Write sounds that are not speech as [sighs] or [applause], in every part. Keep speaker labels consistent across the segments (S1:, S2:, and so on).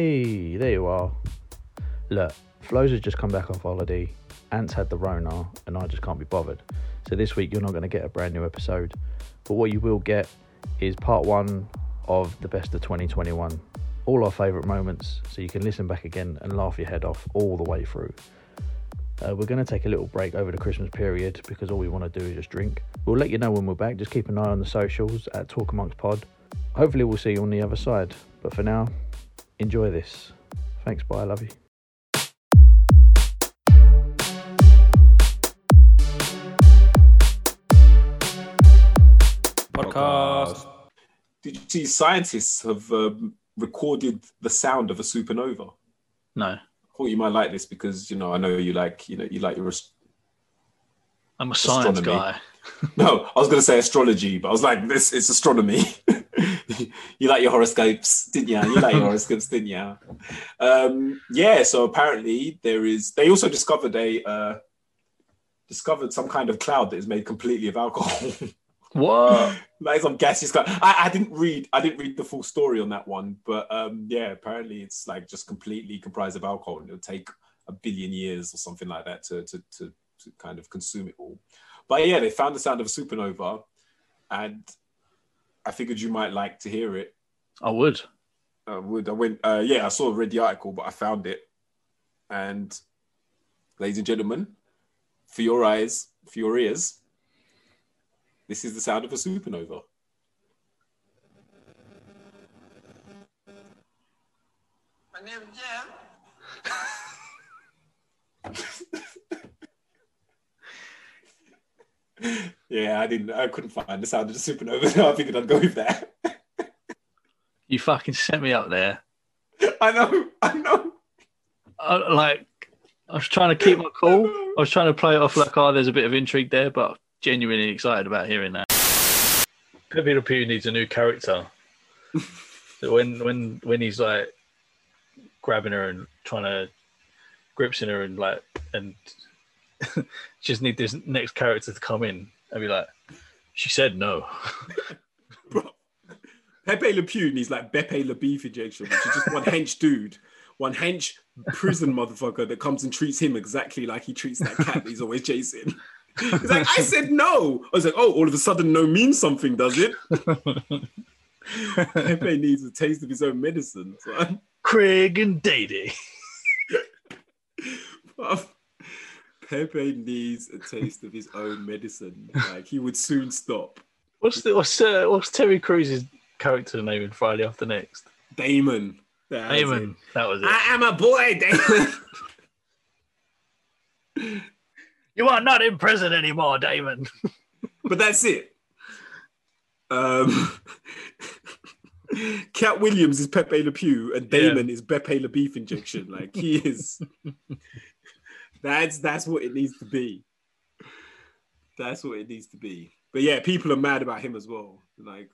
S1: Hey, there you are. Look, Flo's has just come back off holiday. Ant's had the Rona, and I just can't be bothered. So this week you're not going to get a brand new episode. But what you will get is part one of the best of 2021. All our favourite moments, so you can listen back again and laugh your head off all the way through. Uh, we're going to take a little break over the Christmas period because all we want to do is just drink. We'll let you know when we're back. Just keep an eye on the socials at Talk Amongst Pod. Hopefully, we'll see you on the other side. But for now, enjoy this. Thanks. Bye. I love you.
S2: podcast.
S3: Did you see scientists have um, recorded the sound of a supernova?
S2: No,
S3: I thought you might like this because you know I know you like you know you like your ast-
S2: I'm a science
S3: Astronomy.
S2: guy.
S3: no I was going to say astrology but I was like this it's astronomy. [laughs] you like your horoscopes, didn't ya? You like your horoscopes, didn't ya? Um, yeah. So apparently there is. They also discovered a uh, discovered some kind of cloud that is made completely of alcohol. [laughs]
S2: [laughs] What?
S3: like some gaseous cloud. I, I didn't read I didn't read the full story on that one, but um yeah, apparently it's like just completely comprised of alcohol and it'll take a billion years or something like that to to to, to kind of consume it all. But yeah, they found the sound of a supernova and I figured you might like to hear it.
S2: I would.
S3: I would I went uh yeah, I saw read the article, but I found it. And ladies and gentlemen, for your eyes, for your ears, this is the sound of a supernova.
S4: My name is Jim.
S3: Yeah, I didn't. I couldn't find the sound of the supernova. [laughs] No, I figured I'd go with that. [laughs]
S2: You fucking sent me up there.
S3: I know. I know.
S2: I, like, I was trying to keep my cool.
S3: know.
S2: I was trying to play it off like, oh, there's a bit of intrigue there, but genuinely excited about hearing that. Pepe Le Pew needs a new [laughs] character. so when when when he's like grabbing her and trying to grips in her and like and [laughs] just need this next character to come in and be like, she said no.
S3: Pepe Le Pew needs like Pepe Le Beef injection, which is just one hench dude, one hench [laughs] prison motherfucker that comes and treats him exactly like he treats that cat that he's always [laughs] chasing. He's like, I said no. I was like, oh, all of a sudden, no means something, does [laughs] it? Pepe needs a taste of his own medicine. [laughs] son.
S2: Craig and Dadey.
S3: Bruv, Pepe needs a taste of his own medicine. Like he would soon stop.
S2: What's the what's uh, what's Terry Crews' character name in Friday After Next?
S3: Damon. That was
S2: Damon. That was
S3: it.
S2: it.
S3: I am a boy, Damon.
S2: you are not in prison anymore, Damon.
S3: [laughs] but that's it. Um, [laughs] Cat Williams is Pepe Le Pew, and
S2: Yeah.
S3: Damon is Pepe Le Beef injection. Like he
S2: [laughs]
S3: is. that's that's what it needs to be. That's what it needs to be. But yeah, people are mad about him as well. Like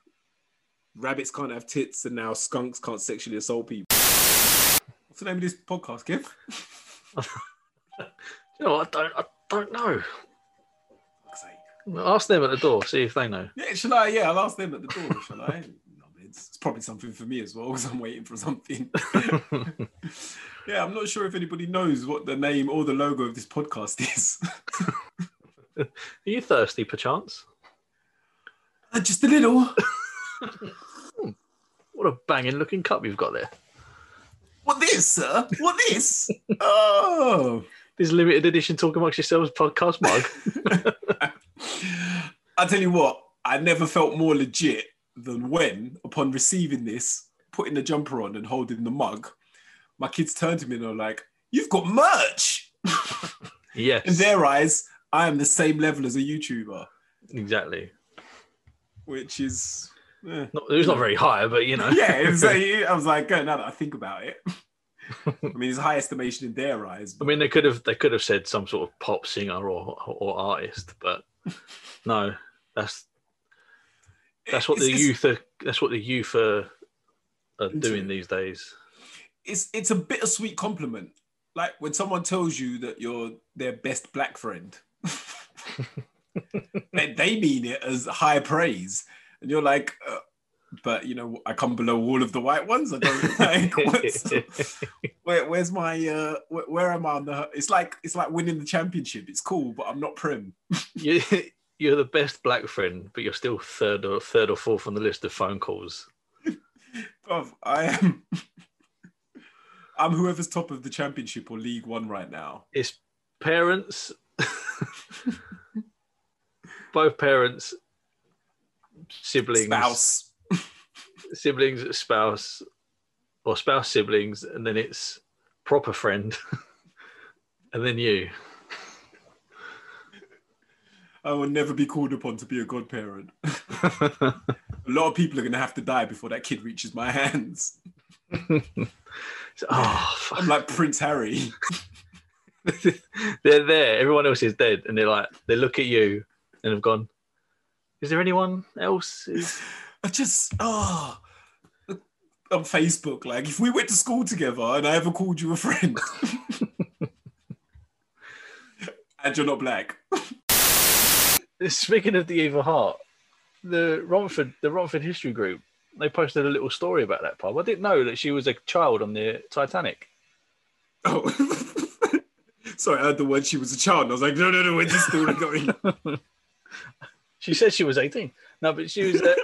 S3: rabbits can't have tits, and now skunks can't sexually assault people. What's the name of this podcast, Kev?
S2: [laughs] You know, what? I don't I don't know.
S3: Fuck's sake.
S2: Ask them at the door, see if they know.
S3: Yeah, shall I? Yeah, I'll ask them at the door, shall I? No, it's, it's probably something for me as well because I'm waiting for something. yeah, I'm not sure if anybody knows what the name or the logo of this podcast is. [laughs]
S2: Are you thirsty perchance?
S3: Uh, Just a little.
S2: What a banging looking cup you've got there.
S3: What this, sir? What this? Oh.
S2: This limited edition Talk Amongst Yourselves podcast [laughs] mug.
S3: I tell you what, I never felt more legit than when, upon receiving this, putting the jumper on and holding the mug, my kids turned to me and were like, You've got merch.
S2: yes.
S3: In their eyes, I am the same level as a YouTuber.
S2: exactly.
S3: which is
S2: [laughs]
S3: eh.
S2: Not, it's not very high, but you know.
S3: yeah. It was, like- I was like, oh, now that I think
S2: [laughs]
S3: about it, I mean, it's high estimation in their eyes.
S2: I
S3: But
S2: mean, they could have they could have said some sort of pop singer or or artist, [laughs] but no, that's that's what
S3: it's,
S2: the
S3: it's-
S2: youth are. That's what the youth are, are
S3: Into
S2: doing
S3: it.
S2: these days.
S3: It's it's a bittersweet compliment, like when someone tells you that you're their best
S2: [laughs]
S3: black friend, and they mean it as high praise, and you're like, uh, but you know, I come below all of the white ones.
S2: [laughs]
S3: I don't like what's, where, where's my uh, where, where am I on the? It's like it's like winning the championship. It's cool, but I'm not prim.
S2: You, [laughs] you're the best black friend, but you're still third or third or fourth on the list of phone calls.
S3: Bruv, I am. [laughs] I'm whoever's top of the championship or League One right now.
S2: It's parents, [laughs] both parents, siblings,
S3: Spouse.
S2: siblings, spouse, or spouse siblings, and then it's proper friend, [laughs] and then you. [laughs]
S3: I will never be called upon to be a godparent. a lot of people are going to have to die before that kid reaches my hands.
S2: It's- oh, fuck.
S3: I'm like Prince Harry.
S2: they're there. Everyone else is dead, and they're like, they look at you and have gone. Is there anyone else? Is-
S3: I just, oh, on Facebook, like if we went to school together and I ever called you a friend [laughs] and you're not black,
S2: [laughs] Speaking of the evil heart, the Romford, the Romford History Group, they posted a little story about that pub. I didn't know that she was a child on the Titanic.
S3: oh, [laughs] sorry, I heard the word she was a child. And I was like, no, no, no, where's this story going?
S2: She said she was eighteen. No, but she was a,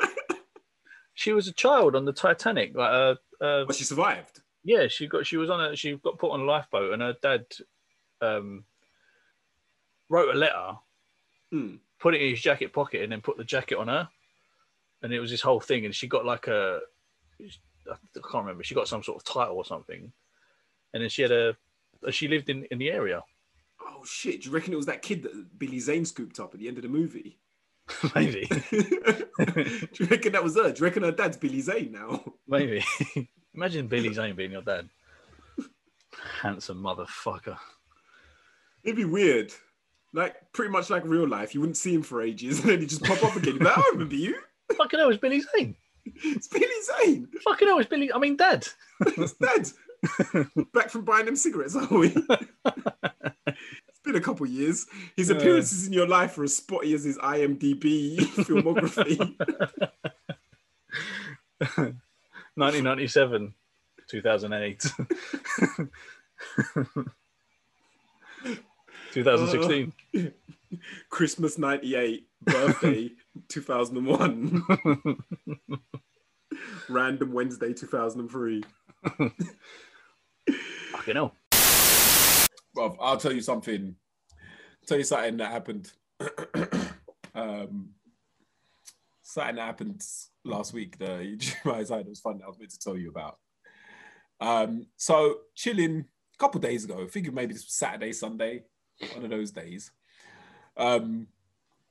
S2: she was a child on the Titanic. Like, uh, uh,
S3: But she survived.
S2: yeah, she got she was on a she got put on a lifeboat, and her dad um, wrote a letter,
S3: Hmm.
S2: put it in his jacket pocket, and then put the jacket on her, and it was this whole thing. And she got like a I can't remember. She got some sort of title or something, and then she had a uh, she lived in in the area [laughs]
S3: Oh shit, do you reckon it was that kid that Billy Zane scooped up at the end of the movie? [laughs]
S2: maybe
S3: do you reckon that was her? Do you reckon her dad's Billy Zane now?
S2: maybe. Imagine Billy Zane being your dad. Handsome motherfucker.
S3: It'd be weird. Like pretty much like real life, you wouldn't see him for ages, [laughs] and then he just pop up again. You'd be like, "Oh, I remember you.
S2: Fucking hell, it's Billy Zane.
S3: It's Billy Zane.
S2: Fucking hell, it's Billy. I mean, Dad.
S3: It's Dad. Back from buying them cigarettes, are we? [laughs] it's been a couple years. His
S2: Yeah.
S3: appearances in your life are as spotty as his IMDb filmography.
S2: 1997, [laughs] 2008, 2016.
S3: Christmas '98, birthday 2001, random Wednesday 2003.
S2: Fucking hell.
S3: Bruv, I'll tell you something. Tell you something that happened. [clears throat] um, something that happened last week. The [laughs] my side was fun. That I was meant to tell you about. Um, so chilling a couple days ago. Figured maybe this was Saturday, Sunday, one of those days. Um,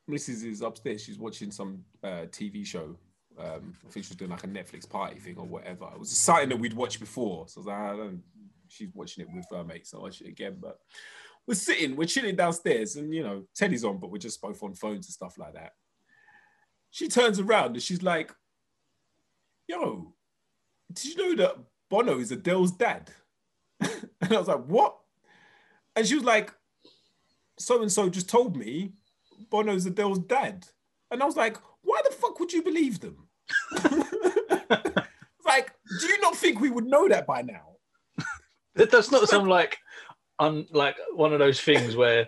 S3: Mrs. is upstairs. She's watching some uh, TV show. Um, I think she was doing like a Netflix party thing or whatever. It was something that we'd watched before. So I was like, "Ah, I don't she's watching it with her mates. I watch it again, but we're sitting, we're chilling downstairs, and you know, Teddy's on, but we're just both on phones and stuff like that. She turns around and she's like, "Yo, did you know that Bono is Adele's dad?" [laughs] and I was like, "What?" And she was like, "So and so just told me Bono's Adele's dad," and I was like, "Why the fuck would you believe them?" [laughs] like, do you not think we would know that by now?
S2: That- That's
S5: [laughs]
S2: not some like, un, like one of those things where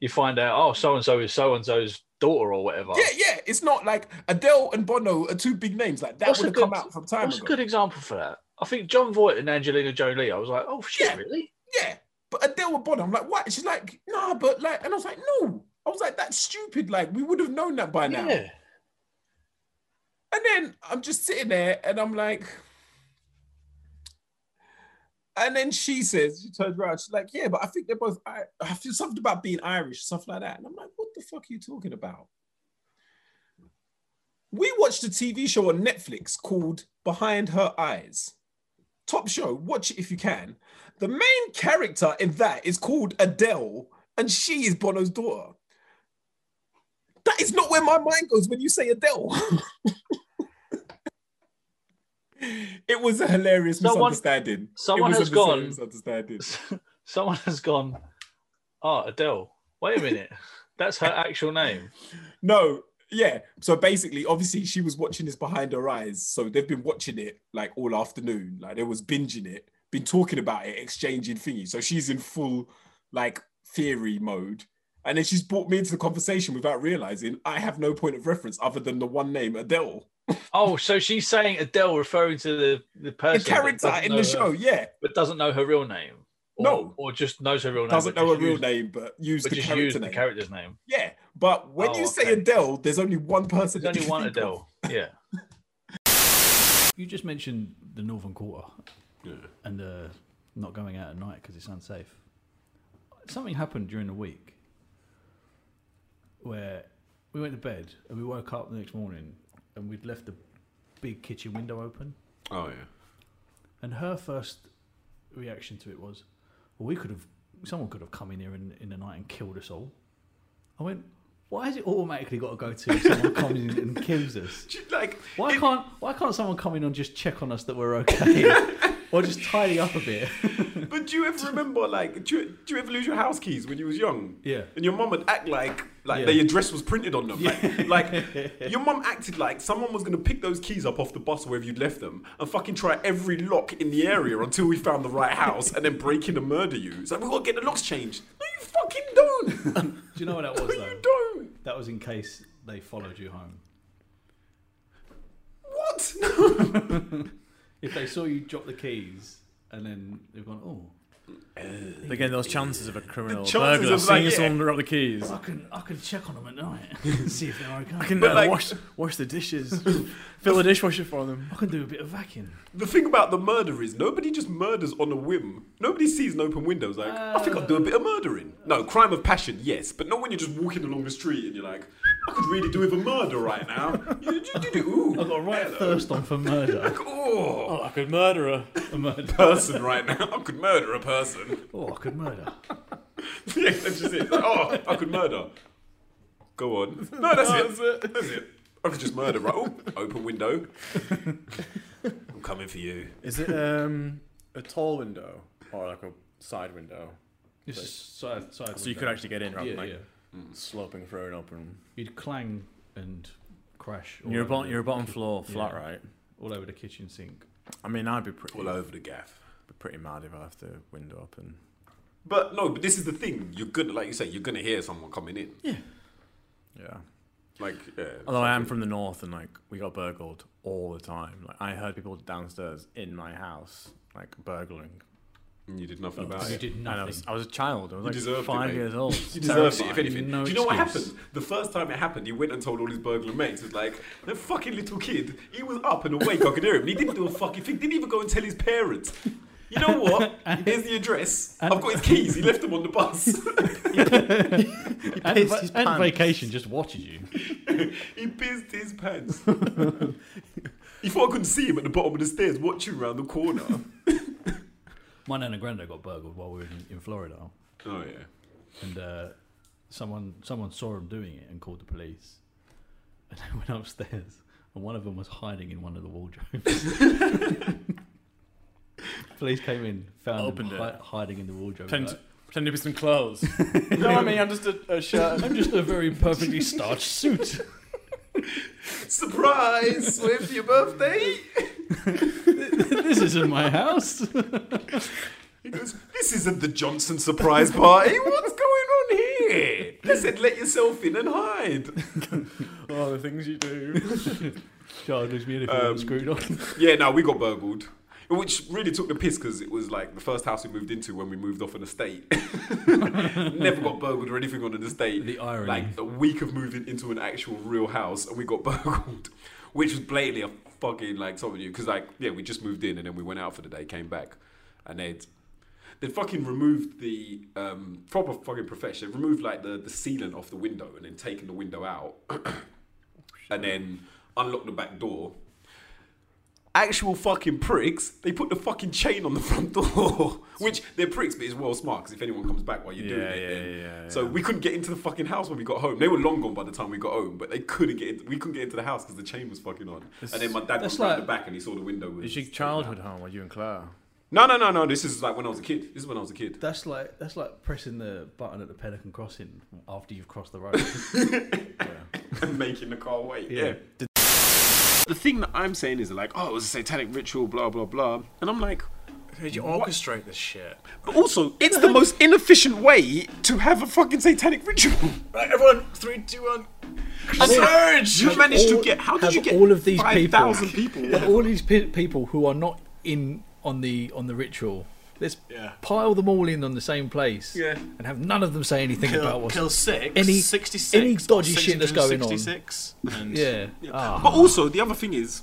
S2: you find out, oh, so and so is so and so's daughter or whatever.
S3: Yeah, yeah. It's not like Adele and Bono are two big names. Like that
S2: What's
S3: would
S2: a
S3: have
S2: good-
S3: come out from time
S2: What's a
S3: ago.
S2: good example for that? I think John Voight and Angelina Jolie. I was like, oh shit,
S3: Yeah.
S2: really?
S3: Yeah. But Adele and Bono, I'm like, what? She's like, nah, but like, and I was like, no. I was like, that's stupid. Like, we would have known that by now.
S2: Yeah.
S3: And then I'm just sitting there and I'm like, and then she says, she turns around, she's like, yeah, but I think they're both, I, I feel something about being Irish, stuff like that. And I'm like, what the fuck are you talking about? We watched a TV show on Netflix called Behind Her Eyes. Top show, watch it if you can. The main character in that is called Adele, and she is Bono's daughter. That is not where my mind goes when you say Adele. [laughs] it was a hilarious
S2: Someone-
S3: misunderstanding.
S2: someone
S3: it
S2: has
S3: was a mis-
S2: gone-
S3: Misunderstanding.
S2: [laughs] Someone has "Ah, [laughs] gone, oh, Adele, wait a minute. That's her actual name.
S3: No,
S5: yeah. So basically, obviously, she was watching this behind her eyes. So they've been watching it like all afternoon. Like they was binging it, been talking about it, exchanging thingy. So she's in full like theory mode. And then she's brought me into the conversation without realizing I have no point of reference other than the one name Adele,
S6: Oh, so she's saying Adele referring to the, the
S5: the
S6: person. that
S5: character
S6: doesn't
S5: in
S6: know
S5: the
S6: her-
S5: show. Yeah,
S6: But doesn't know her real name. Or,
S5: No.
S6: Or just knows her real name.
S5: doesn't
S6: but
S5: know a
S6: just
S5: real
S6: used-
S5: name, but use
S6: But
S5: the
S6: just use
S5: character
S6: the
S5: name.
S6: character's name.
S5: Yeah, but when
S6: Oh,
S5: you say
S6: okay.
S5: Adele, there's only one person.
S6: There's only
S3: [laughs]
S5: you
S6: one
S5: think of.
S6: Adele. Yeah.
S2: You just mentioned the Northern Quarter and uh, not going out at night because it's unsafe. Something happened during the week where we went to bed and we woke up the next morning and we'd left the big kitchen window open.
S3: Oh yeah.
S2: And her first reaction to it was, "Well, we could have, someone could have come in here in, in the night and killed us all." I went, "Why has it automatically got to go to if someone comes in and kills us?
S5: [laughs]
S3: Like
S2: Why can't why can't someone come in and just check on us that we're [laughs] okay, or just tidy up a bit?"
S3: But do
S2: [laughs]
S3: you ever remember, like, do you, do you ever lose your house keys when you was young?
S2: Yeah.
S3: And your mum would act like, like
S2: Yeah.
S3: their address was printed on them.
S2: [laughs]
S3: Like, like your mum acted like someone was gonna pick those keys up off the bus or wherever you'd left them and fucking try every lock in the area until we found the right house and then break in and murder you. It's like we gotta get the locks changed. No, you fucking don't.
S2: Do [laughs] you know [laughs] what that was
S3: you
S2: though?
S3: don't.
S2: That was in case they followed you home.
S3: What? No.
S2: If they saw you drop the keys and then they've gone, "Oh,
S7: Again, those chances of a criminal
S3: chances
S7: burglar
S3: of,
S7: seeing
S3: like,
S7: someone
S3: yeah.
S7: drop the keys.
S2: I can I can check on them at night and see if they're okay.
S7: I can
S3: But,
S7: uh,
S3: like-
S7: wash wash the dishes, fill the dishwasher for them.
S2: I can do a bit of vacuuming."
S3: The thing about the murder is nobody just murders on a whim. Nobody sees an open window. It's like, I think I'll do a bit of murdering. No, crime of passion, yes, but not when you're just walking along the street and you're like, I could really do with a murder right now. You, you, you do, ooh,
S2: I've got a right thirst on for
S7: [laughs]
S2: murder.
S3: oh,
S7: Oh, I could murder her.
S2: A murder.
S3: person right now. I could murder a person.
S2: Oh, I could murder.
S3: [laughs] yeah, that's just it. Like, oh, I could murder. Go on. No,
S2: Oh,
S3: that's it. That's it. I could just murder, right? Ooh, open window. I'm coming for you.
S7: Is it um a tall window or like a side window?
S2: It's side, side
S7: So you could
S2: window.
S7: actually get in rather
S2: yeah,
S7: than like
S2: yeah.
S7: sloping through an open.
S2: You'd clang and crash. all
S7: You're a
S2: over
S7: bottom,
S2: the-
S7: you're a bottom floor flat,
S2: Yeah.
S7: right?
S2: all over the kitchen sink.
S7: I mean, I'd be pretty
S3: All over the gaff.
S7: pretty mad if I left the window open.
S3: But no, but this is the thing. You're gonna, like you say, you're gonna hear someone coming in.
S7: Yeah.
S3: Like, yeah.
S7: Although I am from the north and like we got burgled all the time. Like I heard people downstairs in my house like burgling.
S3: And you did nothing
S7: Oh,
S3: about
S2: You
S3: it.
S2: did
S7: And I
S2: nothing.
S7: was I was a child.
S3: You
S7: I was like
S3: deserved it,
S7: five
S3: mate.
S7: years old. [laughs]
S3: You deserved it, if
S7: Terrifying.
S3: anything.
S2: No
S3: Do you know what
S2: excuse.
S3: happened? The first time it happened, he went and told all his burglar mates. It was like, that fucking little kid, he was up and awake, I could hear him. And he didn't do a fucking thing, didn't even go and tell his parents. You know
S7: [laughs]
S3: what? Here's the address. I've got his keys. He left them on the bus. [laughs]
S2: and,
S7: pissed
S2: va-
S7: his
S2: and
S7: pants.
S2: vacation just watches you.
S3: he pissed his
S7: [laughs]
S3: pants. he thought I couldn't see him at the bottom of the stairs watching round the
S7: [laughs]
S3: corner.
S2: My nan and granddad got burgled while we were in, in Florida,
S3: Oh, yeah.
S2: and uh, someone someone saw them doing it and called the police. [laughs] And they went upstairs, and one of them was hiding in one of the wardrobes. [laughs] police came in, found
S7: Opened
S2: him
S7: it.
S2: hi- hiding in the wardrobe.
S7: [laughs] Pretend,
S2: like,
S7: pretend to be some [laughs] clothes. you know what I mean? I'm just a, a shirt.
S2: I'm just a very perfectly starched suit. [laughs]
S3: Surprise! Wait for your birthday!
S2: this isn't my
S7: [laughs]
S2: house.
S3: He goes, This isn't the Johnson surprise party. What's going on here? They said, Let yourself in and hide.
S7: Oh, the things you do.
S2: [laughs] Child looks me in if you
S3: Um,
S2: weren't screwed on.
S3: Yeah, no, we got burgled. Which really took the piss because it was like the first house we moved into when we moved off an estate. [laughs] Never got burgled or anything on an estate.
S2: The irony.
S3: Like a week of moving into an actual real house and we got [laughs] burgled, which was blatantly a fucking like something new because like yeah we just moved in and then we went out for the day, came back, and they'd they fucking removed the um, proper fucking profession. They removed like the the ceiling off the window and then taken the window out, and then
S7: Mm.
S3: unlocked the back door actual fucking pricks, they put the fucking chain on the front door, [laughs] which they're pricks, but it's well smart because if anyone comes back while you're doing
S7: Yeah, [laughs]
S3: it,
S7: yeah,
S3: then.
S7: yeah, yeah,
S3: so
S7: yeah.
S3: we couldn't get into the fucking house when we got home. They were long gone by the time we got home, but they couldn't get. Into, we couldn't get into the house because the chain was fucking on. and then my dad
S2: that's
S3: was round
S2: like-
S3: the back and he saw the window. Was
S7: It's your childhood home with you and Claire.
S3: No, no, no, no. This is like when I was a kid. This is when I was a kid. [laughs]
S2: That's like that's like pressing the button at the Pelican Crossing after you've crossed the road.
S8: and making the car wait. Yeah.
S3: The thing that I'm saying is like, oh, it was a satanic ritual, blah blah blah, and I'm like,
S7: Did you orchestrate this shit?
S3: but also, it's the most inefficient way to have a fucking satanic [laughs] ritual.
S7: Right, everyone, three, two, one.
S3: Surge! You managed to
S2: all-
S3: get. How
S2: have
S3: did you get
S2: all of these [laughs]
S3: five thousand
S2: people?
S3: people?
S2: But all these pe- people who are not in on the on the ritual. Let's
S7: Yeah.
S2: pile them all in on the same place
S3: Yeah.
S2: and have none of them say anything about
S7: Kill,
S2: what's
S7: kill six.
S2: any-
S7: 66,
S2: any dodgy shit that's going on.
S7: 66, And
S2: yeah. Ah,
S3: But also, the other thing is,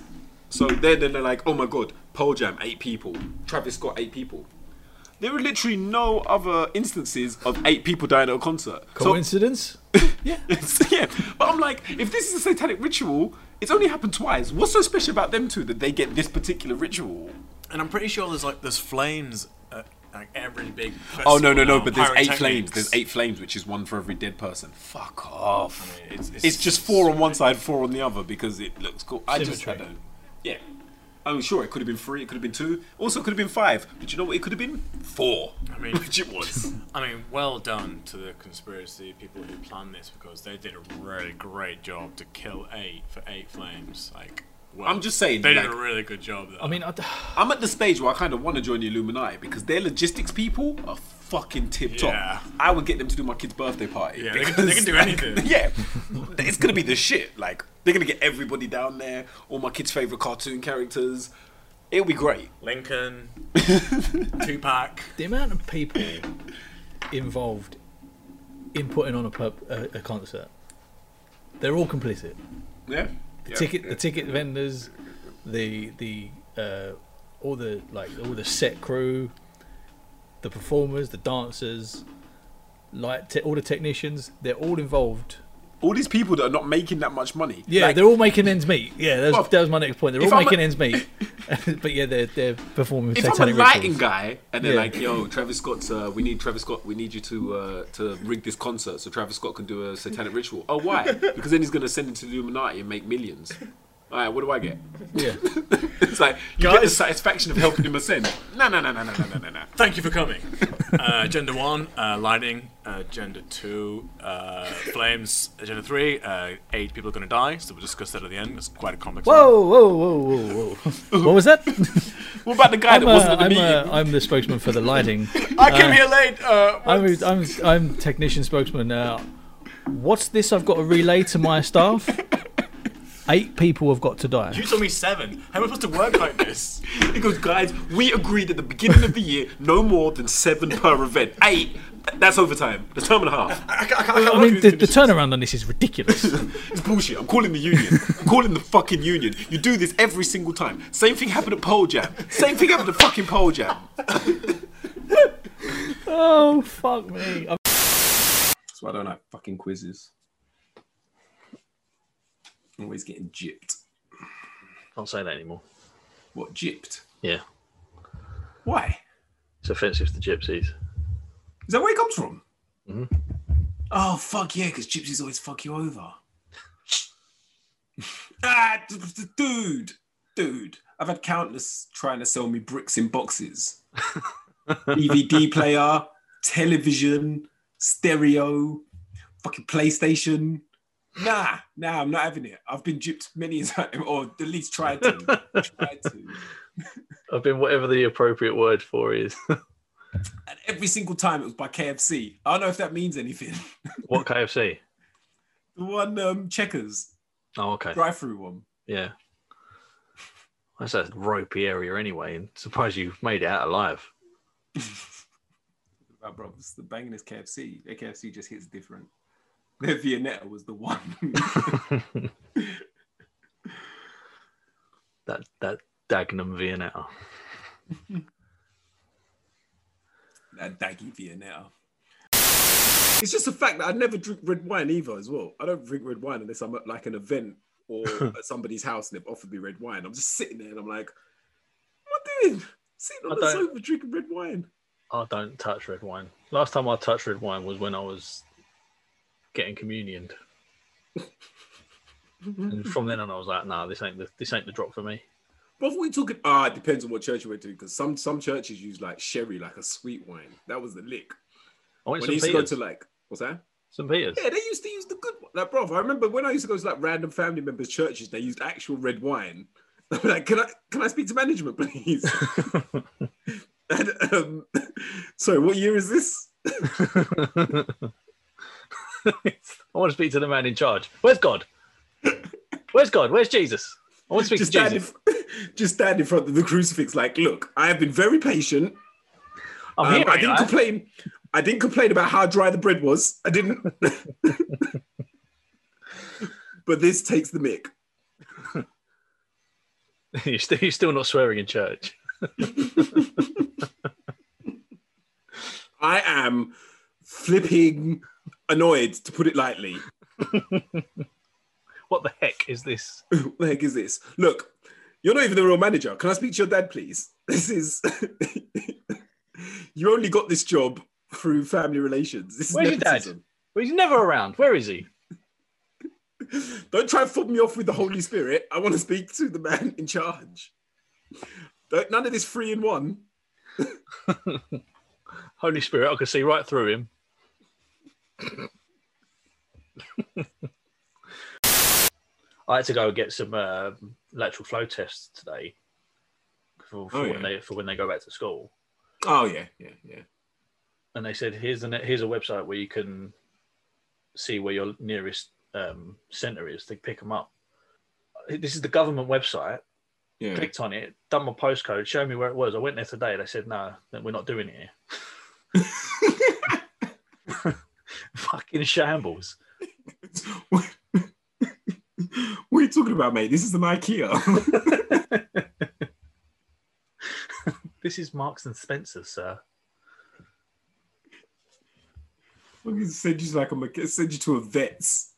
S3: so they're, then they're like, oh my god, Pearl Jam, eight people. Travis Scott, eight people. There are literally no other instances of eight people dying at a concert. So,
S2: coincidence?
S3: yeah. [laughs] yeah. But I'm like, if this is a satanic ritual, it's only happened twice. What's so special about them two that they get this particular ritual?
S7: And I'm pretty sure there's like there's flames at like every big.
S3: Oh,
S7: festival
S3: no, no, no,
S7: now,
S3: but there's eight
S7: pyrotechnics.
S3: flames. There's eight flames, which is one for every dead person. Fuck off.
S7: It's, it's,
S3: It's just four on one side, four on the other because it looks cool. I just I
S2: Symmetry.
S3: don't. Yeah. I'm sure it could have been three, it could have been two, also it could have been five. But you know what? It could have been four. I
S7: [laughs] mean-
S3: [laughs] which it was.
S7: I mean, well done to the conspiracy people who planned this because they did a really great job to kill eight for eight flames. Like, well,
S3: I'm just saying,
S7: they
S3: like-
S7: did a really good job. There.
S2: I mean, I, d- [sighs]
S3: I'm at the stage where I kind of want to join the Illuminati because their logistics people are fucking tip top.
S7: Yeah.
S3: I would get them to do my kid's birthday party.
S7: Yeah, they can- they can do anything.
S3: [laughs] Yeah, it's gonna be the shit. Like they're gonna get everybody down there, all my kids' favorite cartoon characters. It'll be great.
S7: [laughs] Lincoln, Tupac.
S2: the amount of people involved in putting on a, pub, a, a concert, they're all complicit.
S3: Yeah.
S2: The ticket, the ticket vendors, the the uh, all the like all the set crew, the performers, the dancers, like te- all the technicians, they're all involved.
S3: all these people that are not making that much money.
S2: Yeah,
S3: like,
S2: they're all making ends meet. Yeah, that was,
S3: Well,
S2: that was my next point. They're
S3: if
S2: all
S3: I'm a-
S2: making
S3: [laughs]
S2: ends meet, [laughs] but yeah, they're they're performing.
S3: if I'm a
S2: satanic
S3: lighting
S2: rituals.
S3: guy and they're
S2: Yeah.
S3: like, "Yo, Travis Scott's, uh, we need Travis Scott, we need you to uh, to rig this concert so Travis Scott can do a satanic ritual." Oh, why?
S2: [laughs]
S3: Because then he's gonna send it to the Illuminati and make millions. All right, what do I get? [laughs]
S2: yeah.
S3: It's like you get the satisfaction of helping him ascend. No, no, no, no, no, no, no, no, no.
S7: Thank you for coming. Uh, agenda one, uh, lighting. Uh, agenda two, uh, flames. Agenda three, uh, eight people are going to die. So we'll discuss that at the end. It's quite a complex. one.
S2: Whoa, whoa, whoa, whoa, whoa!
S3: [laughs]
S2: what was that?
S3: What about the guy
S2: I'm,
S3: that
S2: uh,
S3: wasn't at
S2: [laughs]
S3: the
S2: I'm,
S3: meeting?
S2: uh, I'm the spokesman for the
S3: [laughs]
S2: lighting.
S7: I came here late. Uh,
S2: I'm, a- I'm, I'm technician spokesman. Uh, what's this I've got to relay to my staff? Eight people have got to die.
S7: you told me seven. How am I supposed to work like [laughs] this?
S3: [laughs] He goes, guys, we agreed at the beginning of the year no more than seven per event. Eight. That's overtime. That's time and a half.
S7: I, ca- I, ca- I can't
S2: I
S7: work
S2: mean,
S7: in
S2: the,
S7: these
S2: the turnaround on this is ridiculous.
S3: [laughs] It's bullshit. I'm calling the union. I'm calling the fucking union. You do this every single time. Same thing happened at Pole Jam. Same thing happened at fucking Pole Jam.
S2: oh, fuck me. I'm-
S3: That's why I don't like fucking quizzes. I'm always getting gypped.
S1: Can't say that anymore.
S3: What, gypped?
S1: Yeah,
S3: Why?
S1: it's offensive to gypsies.
S3: Is that where it comes from? Oh fuck yeah, because gypsies always fuck you over. ah, d- d- dude, dude, I've had countless trying to sell me bricks in boxes, DVD player, television, stereo, fucking PlayStation. Nah, nah, I'm not having it. I've been gypped many a time, or at least tried to. tried to.
S1: I've been whatever the appropriate word for is. [laughs]
S3: And every single time it was by KFC. I don't know if that means anything. [laughs]
S1: what KFC?
S3: The one um checkers
S1: Oh, okay.
S3: drive through one.
S1: Yeah. That's a ropey area anyway, and surprised you made it out alive.
S3: About brothers, the banging is KFC. Their KFC just hits different. Their Viennetta was the one. [laughs]
S1: That that Dagenham Viennetta.
S3: that daggy Viennetta. It's just the fact that I never drink red wine either, as well. I don't drink red wine unless I'm at like an event
S1: [laughs]
S3: or at somebody's house and they've offered me red wine. I'm just sitting there and I'm like, what am I doing? Sitting on
S1: I
S3: the
S1: don't-
S3: sofa drinking red wine.
S1: I don't touch red wine. Last time I touched red wine was when I was getting communioned. and from then on, I was like, "Nah, this ain't the this ain't the drop for me."
S3: But what are we talking? Ah, it depends on what church you went to because some some churches use like sherry, like a sweet wine. That was the lick.
S1: I went
S3: When
S1: to
S3: I
S1: St.
S3: used to go
S1: Peter's.
S3: to like, what's that?
S9: St. Peter's.
S3: Yeah, they used to use the good one. Like, bro, I remember when I used to go to like random family members' churches, they used actual red wine. [laughs] like, can I can I speak to management, [laughs]
S9: [laughs]
S3: please? and, um, [laughs] so, what year is this?
S9: I want to speak to the man in charge. Where's God? Where's God? Where's Jesus? I want to speak
S3: Just
S9: to
S3: stand,
S9: Jesus.
S3: in, [laughs] just stand in front of the crucifix, like, look, I have been very patient.
S9: I'm
S3: Um,
S9: here,
S3: I
S9: ain't
S3: didn't
S9: I?
S3: complain. I didn't complain about how dry the bread was. I didn't. [laughs] but this takes the mick.
S9: [laughs] you're, still, you're still not swearing in church. [laughs]
S3: I am flipping annoyed, to put it lightly.
S9: What the heck is this?
S3: what the heck is this? Look, you're not even the real manager. Can I speak to your dad, please? [laughs] This is. you only got this job through family relations. This is
S9: Where's your dad?
S3: nepotism.
S9: Well, he's never around. Where is he?
S3: Don't try and fob me off with the Holy Spirit. I want to speak to the man in charge. Don't, none of this three in one.
S9: Holy Spirit, I can see right through him. [laughs] I had to go get some uh, lateral flow tests today for, for
S3: Oh,
S9: when
S3: yeah.
S9: they for when they go back to school.
S3: Oh yeah, yeah, yeah.
S9: and they said here's an here's a website where you can see where your nearest um, center is to pick them up. This is the government website.
S3: Yeah.
S9: Clicked on it, done my postcode, showed me where it was. I went there today. They said no, that we're not doing it here.
S2: [laughs]
S9: Fucking shambles.
S3: [laughs] what are you talking about, mate? This is an IKEA. [laughs]
S9: This is Marks and Spencer, sir.
S3: we can send you to like a mecha- send you to a vet's.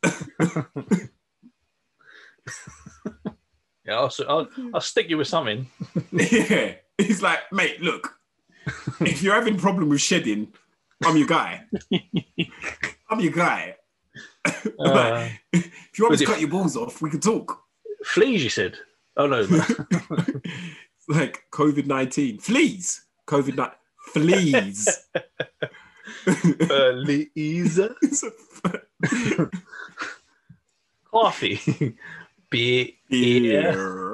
S9: Yeah, I'll, I'll, I'll stick you with something.
S3: yeah. He's like, mate, look, if you're having problem with shedding, I'm your guy. I'm your guy. [laughs]
S9: Uh,
S3: If you want
S9: Was
S3: me
S9: it-
S3: to cut your balls off, we can talk.
S9: fleas, you said. Oh no, no.
S3: It's like COVID nineteen fleas. COVID nineteen fleas. [laughs] It's a f-
S9: coffee, [laughs] beer.
S3: Ear.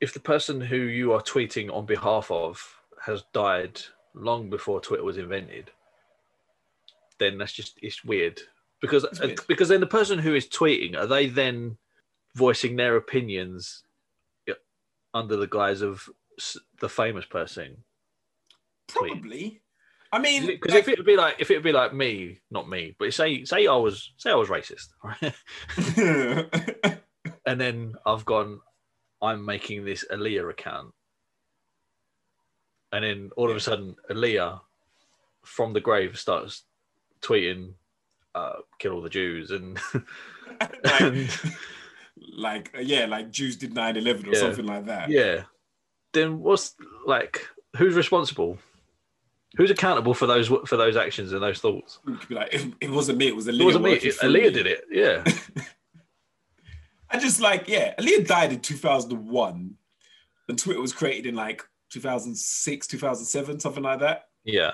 S9: if the person who you are tweeting on behalf of has died long before Twitter was invented, then that's just it's weird because
S3: weird.
S9: because then the person who is tweeting are they then voicing their opinions yeah, under the guise of s- the famous person?
S3: Probably. I mean,
S9: Because
S3: like-
S9: if it would be like if it would be like me, not me, but say say I was say I was racist, [laughs] right?
S3: [laughs]
S9: and then I've gone, I'm making this Aaliyah account. And then all of a sudden, Aaliyah from the grave starts tweeting, uh, kill all the Jews. And, and
S3: [laughs] like, like, uh, yeah, like Jews did 9 11 or
S9: Yeah.
S3: something like that.
S9: yeah. Then what's like, who's responsible? Who's accountable for those for those actions and those thoughts?
S3: You could be like, it, it wasn't me, it was Aaliyah.
S9: It wasn't me.
S3: working
S9: It-
S3: through
S9: Aaliyah
S3: me.
S9: did it. Yeah.
S3: I just like, yeah, Aaliyah died in 2001 and Twitter was created in like 2006, 2007, something like that.
S9: Yeah.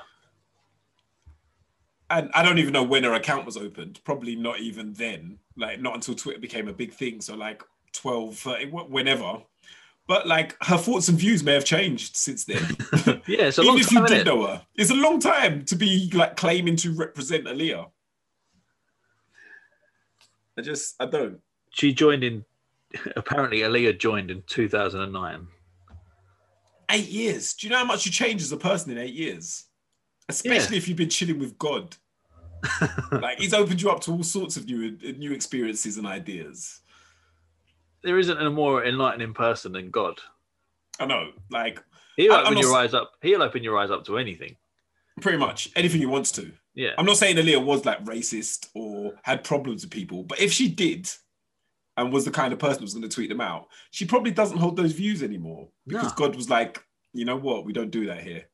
S3: And I don't even know when her account was opened, probably not even then, like, not until Twitter became a big thing. So, like, 12, 30, wh- whenever. But like her thoughts and views may have changed since then.
S9: Yeah. [laughs] It's
S3: [laughs]
S9: a
S3: Even
S9: long
S3: if you
S9: time.
S3: did
S9: innit?
S3: know her, it's a long time to be like claiming to represent Aaliyah. I just, I don't.
S9: She joined in, [laughs] apparently, Aaliyah joined in 2009.
S3: Eight years. Do you know how much you change as a person in eight years? Especially if you've been chilling with God. like he's opened you up to all sorts of new new experiences and ideas.
S9: there isn't a more enlightening person than God.
S3: I know, like
S9: He'll
S3: I-
S9: open
S3: I'm not
S9: your
S3: s-
S9: eyes up. He'll open your eyes up to anything.
S3: pretty much anything he wants to.
S9: Yeah,
S3: I'm not saying Aaliyah was like racist or had problems with people, but if she did and was the kind of person who was going to tweet them out, she probably doesn't hold those views anymore because
S9: No.
S3: God was like, you know what, we don't do that here.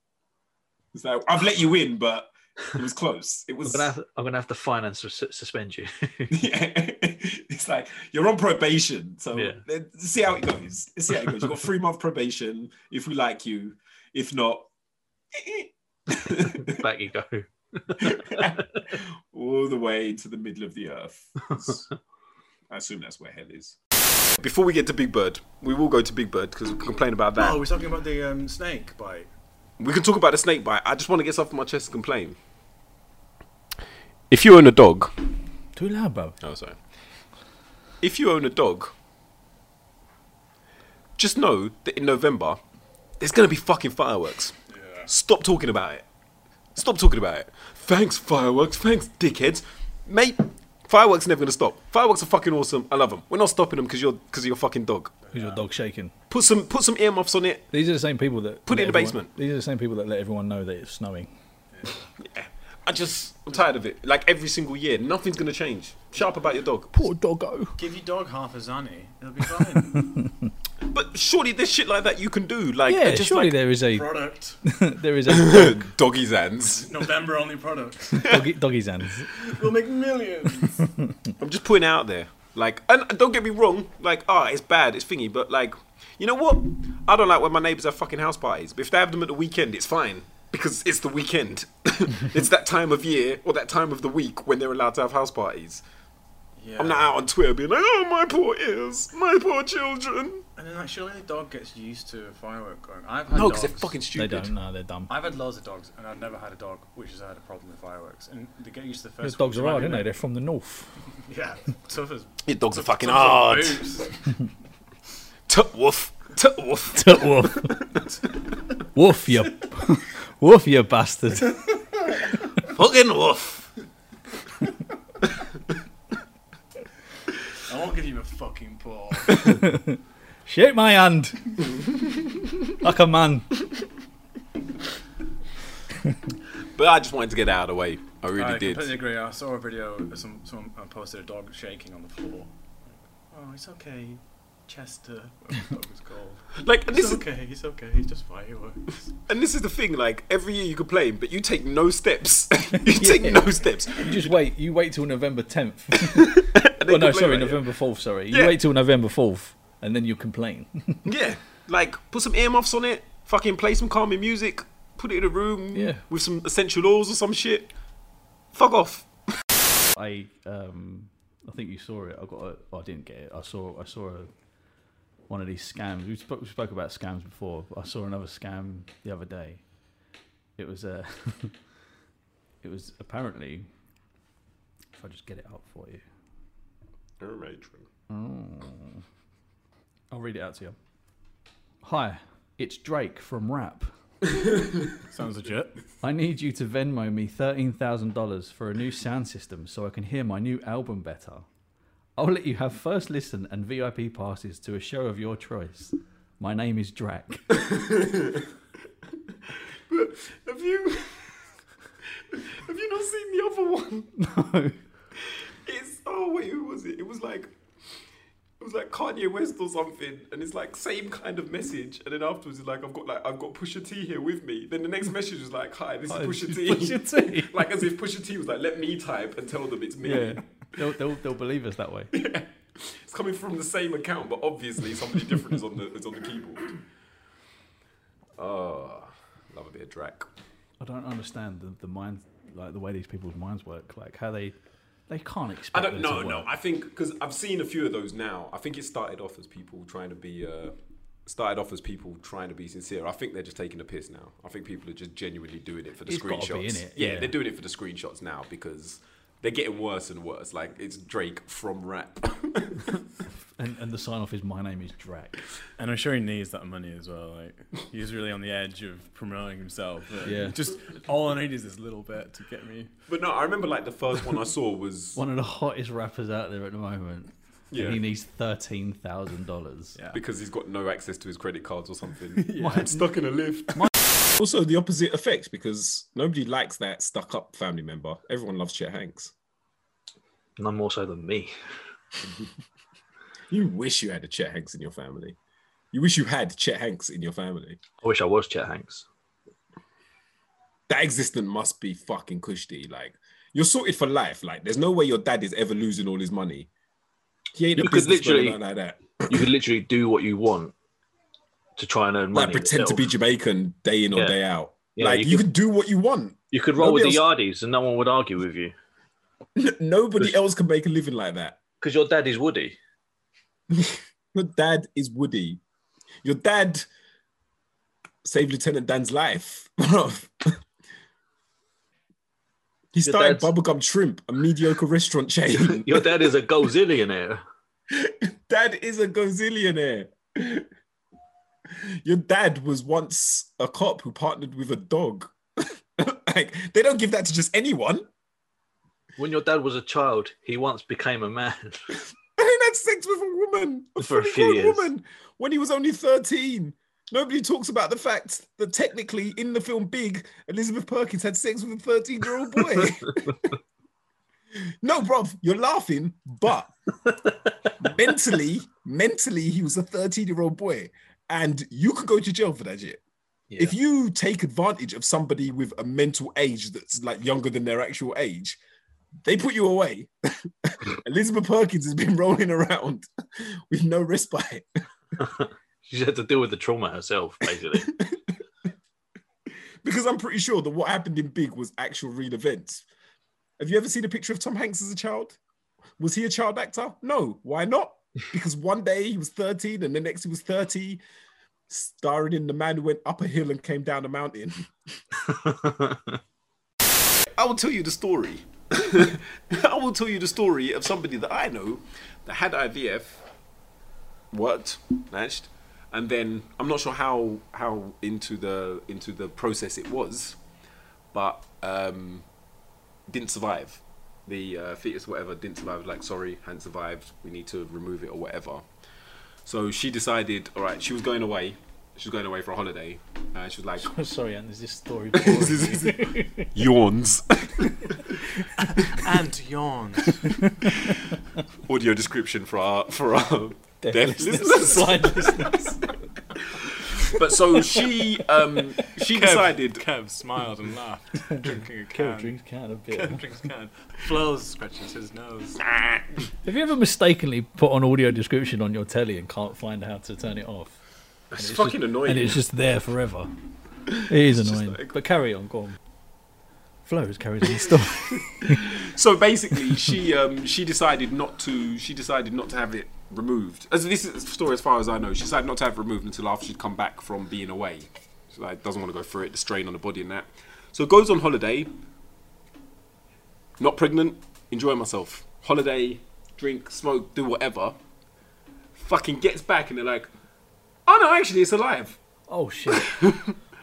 S3: It's like, I've let you in, but it was close. It
S9: I'm
S3: was,
S9: gonna have, I'm gonna have to finance or su- suspend you. [laughs]
S3: [laughs] yeah. it's like, you're on probation. So
S9: Yeah.
S3: let's see how it goes. Let's see how it goes. You've got three month [laughs] probation if we like you. If not,
S9: Back you go.
S10: all the way into the middle of the earth. It's- I assume that's where hell is.
S3: Before we get to Big Bird, we will go to Big Bird because we can complain about that.
S4: Oh, we're talking about the um, snake bite.
S3: We can talk about the snake bite. I just want to get something off my chest and complain. If you own a dog,
S2: [laughs] Too loud, bro.
S3: oh sorry. If you own a dog, just know that in November there's gonna be fucking fireworks. Stop talking about it. Stop talking about it. Thanks fireworks. Thanks dickheads, mate. Fireworks are never gonna stop. Fireworks are fucking awesome. I love them. We're not stopping them because you're because of your fucking dog.
S2: Who's your dog shaking?
S3: Put some put some earmuffs on it.
S2: These are the same people that
S3: Put it
S2: let
S3: in the
S2: everyone-
S3: basement.
S2: These are the same people that let everyone know that it's
S3: [laughs]
S2: snowing.
S3: I just I'm tired of it. Like every single year, nothing's gonna change. Sharp about your dog.
S2: Poor doggo.
S4: Give your dog half a zanny. It'll be fine.
S3: But surely there's shit like that you can do. Like
S2: Yeah,
S3: just
S2: surely
S3: like
S2: there is a
S4: [laughs] product.
S2: there is a
S3: [laughs] doggy's hands.
S4: November
S3: [laughs]
S4: only product.
S2: doggy, doggy's hands.
S4: We'll make millions.
S3: I'm just putting it out there. Like and and don't get me wrong, like ah, it's bad, it's thingy, but like you know what? I don't like when my neighbours have fucking house parties. But if they have them at the weekend, it's fine. Because it's the weekend. [laughs] it's that time of year or that time of the week when they're allowed to have house parties.
S4: Yeah.
S3: I'm not out on Twitter being like, oh my poor ears, my poor children.
S4: And then like, surely the dog gets used to a firework going. I've had
S3: No,
S4: dogs.
S3: because they're fucking
S2: They
S3: stupid.
S2: don't. No, they're dumb.
S4: I've had loads of dogs, and I've never had a
S7: Oh,
S4: dog which has had a problem with fireworks. And they get used to the
S2: Those
S4: first.
S2: dogs are
S4: one,
S2: hard,
S4: so
S2: aren't they?
S4: maybe-
S2: They're from the north.
S4: Yeah, tough as.
S3: Your dogs are fucking
S4: tough as
S3: hard.
S4: boots.
S3: Tut woof. Tut
S2: [laughs]
S3: woof.
S2: woof. woof, you, woof, you bastard.
S3: Fucking woof.
S4: I won't give you a fucking paw.
S2: Shake my hand. like a man.
S3: But I just wanted to get it out of the way. I [laughs] really
S4: I completely
S3: did.
S4: agree. I saw a video. of Some someone uh, posted a dog shaking on the floor. Oh, it's okay, Chester. Whatever the dog was called.
S3: Like and
S4: It's
S3: this is
S4: okay. He's okay. He's just fireworks.
S3: and this is the thing. Like every year you complain, but you take no steps. [laughs] you take
S2: Yeah.
S3: no steps.
S2: You just wait. You wait till November
S3: [laughs]
S2: 10th.
S3: And
S2: oh,
S3: then
S2: no,
S3: complain
S2: sorry,
S3: about it.
S2: November 4th, sorry. You
S3: Yeah.
S2: wait till November 4th and then you complain.
S3: Yeah, like put some earmuffs on it. Fucking play some calming music. Put it in a room.
S2: Yeah.
S3: With some essential oils or some shit. Fuck off.
S2: I um I think you saw it. I got a, well, I didn't get it. I saw I saw a, one of these scams. We spoke, we spoke about scams before. but I saw another scam the other day. It was uh, [laughs] it was apparently if I just get it out for you. Oh. I'll read it out to you. Hi, it's Drake from Rap.
S4: Sounds legit.
S2: I need you to Venmo me $13,000 for a new sound system so I can hear my new album better. I'll let you have first listen and VIP passes to a show of your choice. My name is Drac. [laughs]
S3: Have you? [laughs] have you not seen the other one?
S2: No.
S3: It's oh wait, who was it? It was like it was like Kanye West or something, and it's like same kind of message. And then afterwards, it's like I've got like I've got Pusha T here with me. Then the next message was like, "Hi, this is Pusha T."
S2: Pusha T.
S3: like as if Pusha T was like, "Let me type and tell them it's me."
S2: Yeah. They'll, they'll, they'll believe us that way.
S3: It's coming from the same account, but obviously somebody different is on the is on the keyboard. Oh, love a bit of Drac.
S2: I don't understand the, the mind, like the way these people's minds work, like how they they can't
S3: I
S2: expect.
S3: don't
S2: them
S3: know.
S2: to
S3: No,
S2: work.
S3: I think because I've seen a few of those now. I think it started off as people trying to be, uh, started off as people trying to be sincere. I think they're just taking a piss now. I think people are just genuinely doing it for the
S2: It's gotta
S3: screenshots.
S2: be, innit?
S3: Yeah,
S2: Yeah.
S3: they're doing it for the screenshots now because they're getting worse and worse. Like it's Drake from rap.
S2: And, and the sign off is my name is Drac.
S4: And I'm sure he needs that money as well. Like he's really on the edge of promoting himself.
S2: Yeah.
S4: Just all I need is this little bit to get me.
S3: but no, I remember like the first one I saw was
S2: One of the hottest rappers out there at the moment.
S3: yeah,
S2: And he needs $13,000.
S4: Yeah.
S3: because he's got no access to his credit cards
S10: [laughs]
S3: or something.
S2: My-
S3: I'm stuck in a lift.
S10: Also, the opposite effect because nobody likes that stuck up family member. Everyone loves Chet Hanks.
S9: None more so than me.
S10: You wish you had a Chet Hanks in your family. You wish you had Chet Hanks in your family.
S9: I wish I was Chet Hanks.
S10: That existence must be fucking cushy. Like, you're sorted for life. Like, there's no way your dad is ever losing all his money. He ain't a
S9: You could
S10: businessman or
S9: literally-
S10: nothing like that.
S9: You could literally do what you want to try and earn money.
S10: Like, pretend to be
S9: yourself.
S10: Jamaican day in or
S9: Yeah.
S10: day out.
S3: like
S9: you
S3: you,
S9: could-
S3: can do what you want.
S9: You could roll with the
S3: Nobody
S9: Yardies and no one would argue with you
S3: N- Nobody else can make a living like that.
S9: because your dad is Woody.
S3: Your dad is Woody. Your dad saved Lieutenant Dan's life. [laughs] he started
S9: dad's-
S3: Bubblegum Shrimp, a mediocre restaurant chain.
S9: [laughs] Your dad is a gozillionaire.
S3: dad is a gazillionaire. Your dad was once a cop who partnered with a dog. [laughs] like they don't give that to just anyone.
S9: When your dad was a child, he once became a man.
S3: And then had sex with a woman, a
S9: For a
S3: fully
S9: few
S3: grown
S9: years.
S3: woman, when he was only 13. Nobody talks about the fact that technically in the film Big, Elizabeth Perkins had sex with a 13 year old
S9: [laughs]
S3: boy. no, bruv, you're laughing, but mentally, mentally, he was a 13 year old boy. And you could go to jail for that shit.
S9: Yeah.
S3: If you take advantage of somebody with a mental age that's like younger than their actual age, they put you away. Elizabeth Perkins has been [laughs] rolling around with no respite.
S9: She had to deal with the trauma herself,
S2: [laughs]
S9: basically.
S3: Because I'm pretty sure that what happened in Big was actual real events. Have you ever seen a picture of Tom Hanks as a child? Was he a child actor? No. Why not? Because one day he was 13 and the next he was 30, starring in The Man Who Went Up a Hill and Came Down a Mountain.
S11: [laughs] I will tell you the story. [laughs] I will tell you the story of somebody that I know that had IVF, worked, matched, and then I'm not sure how how into the into the process it was, but um, didn't survive. The uh, fetus, whatever, didn't survive. Like, sorry, hadn't survived. We need to remove it or whatever. So she decided, all right, she was going away. She was going away for a holiday. Uh, she was like, [laughs]
S2: [laughs] Sorry, Ant, is this story [laughs]
S11: yawns. [laughs]
S4: and [laughs] yawn.
S11: audio description for our for our deaf listeners.
S2: blind listeners?
S11: [laughs] But so she um she decided
S4: Kev smiled and [laughs] laughed, drinking a
S2: Kev
S4: can.
S2: drinks can of beer.
S7: [laughs]
S4: Drinks a can. Flo scratches his nose.
S2: Have you ever mistakenly put on audio description on your telly and can't find how to turn it off?
S11: it's fucking annoying.
S2: And it's just there
S11: [laughs]
S2: forever. It is annoying. But carry on, go on. Flows carries on the story.
S11: [laughs] so basically she um she decided not to she decided not to have it removed as this is the story as far as i know she decided not to have it removed until after she'd come back from being away she like doesn't want to go through it the strain on the body and that so goes on holiday not pregnant enjoying myself holiday drink smoke do whatever fucking gets back and they're like oh no actually it's alive
S2: oh shit.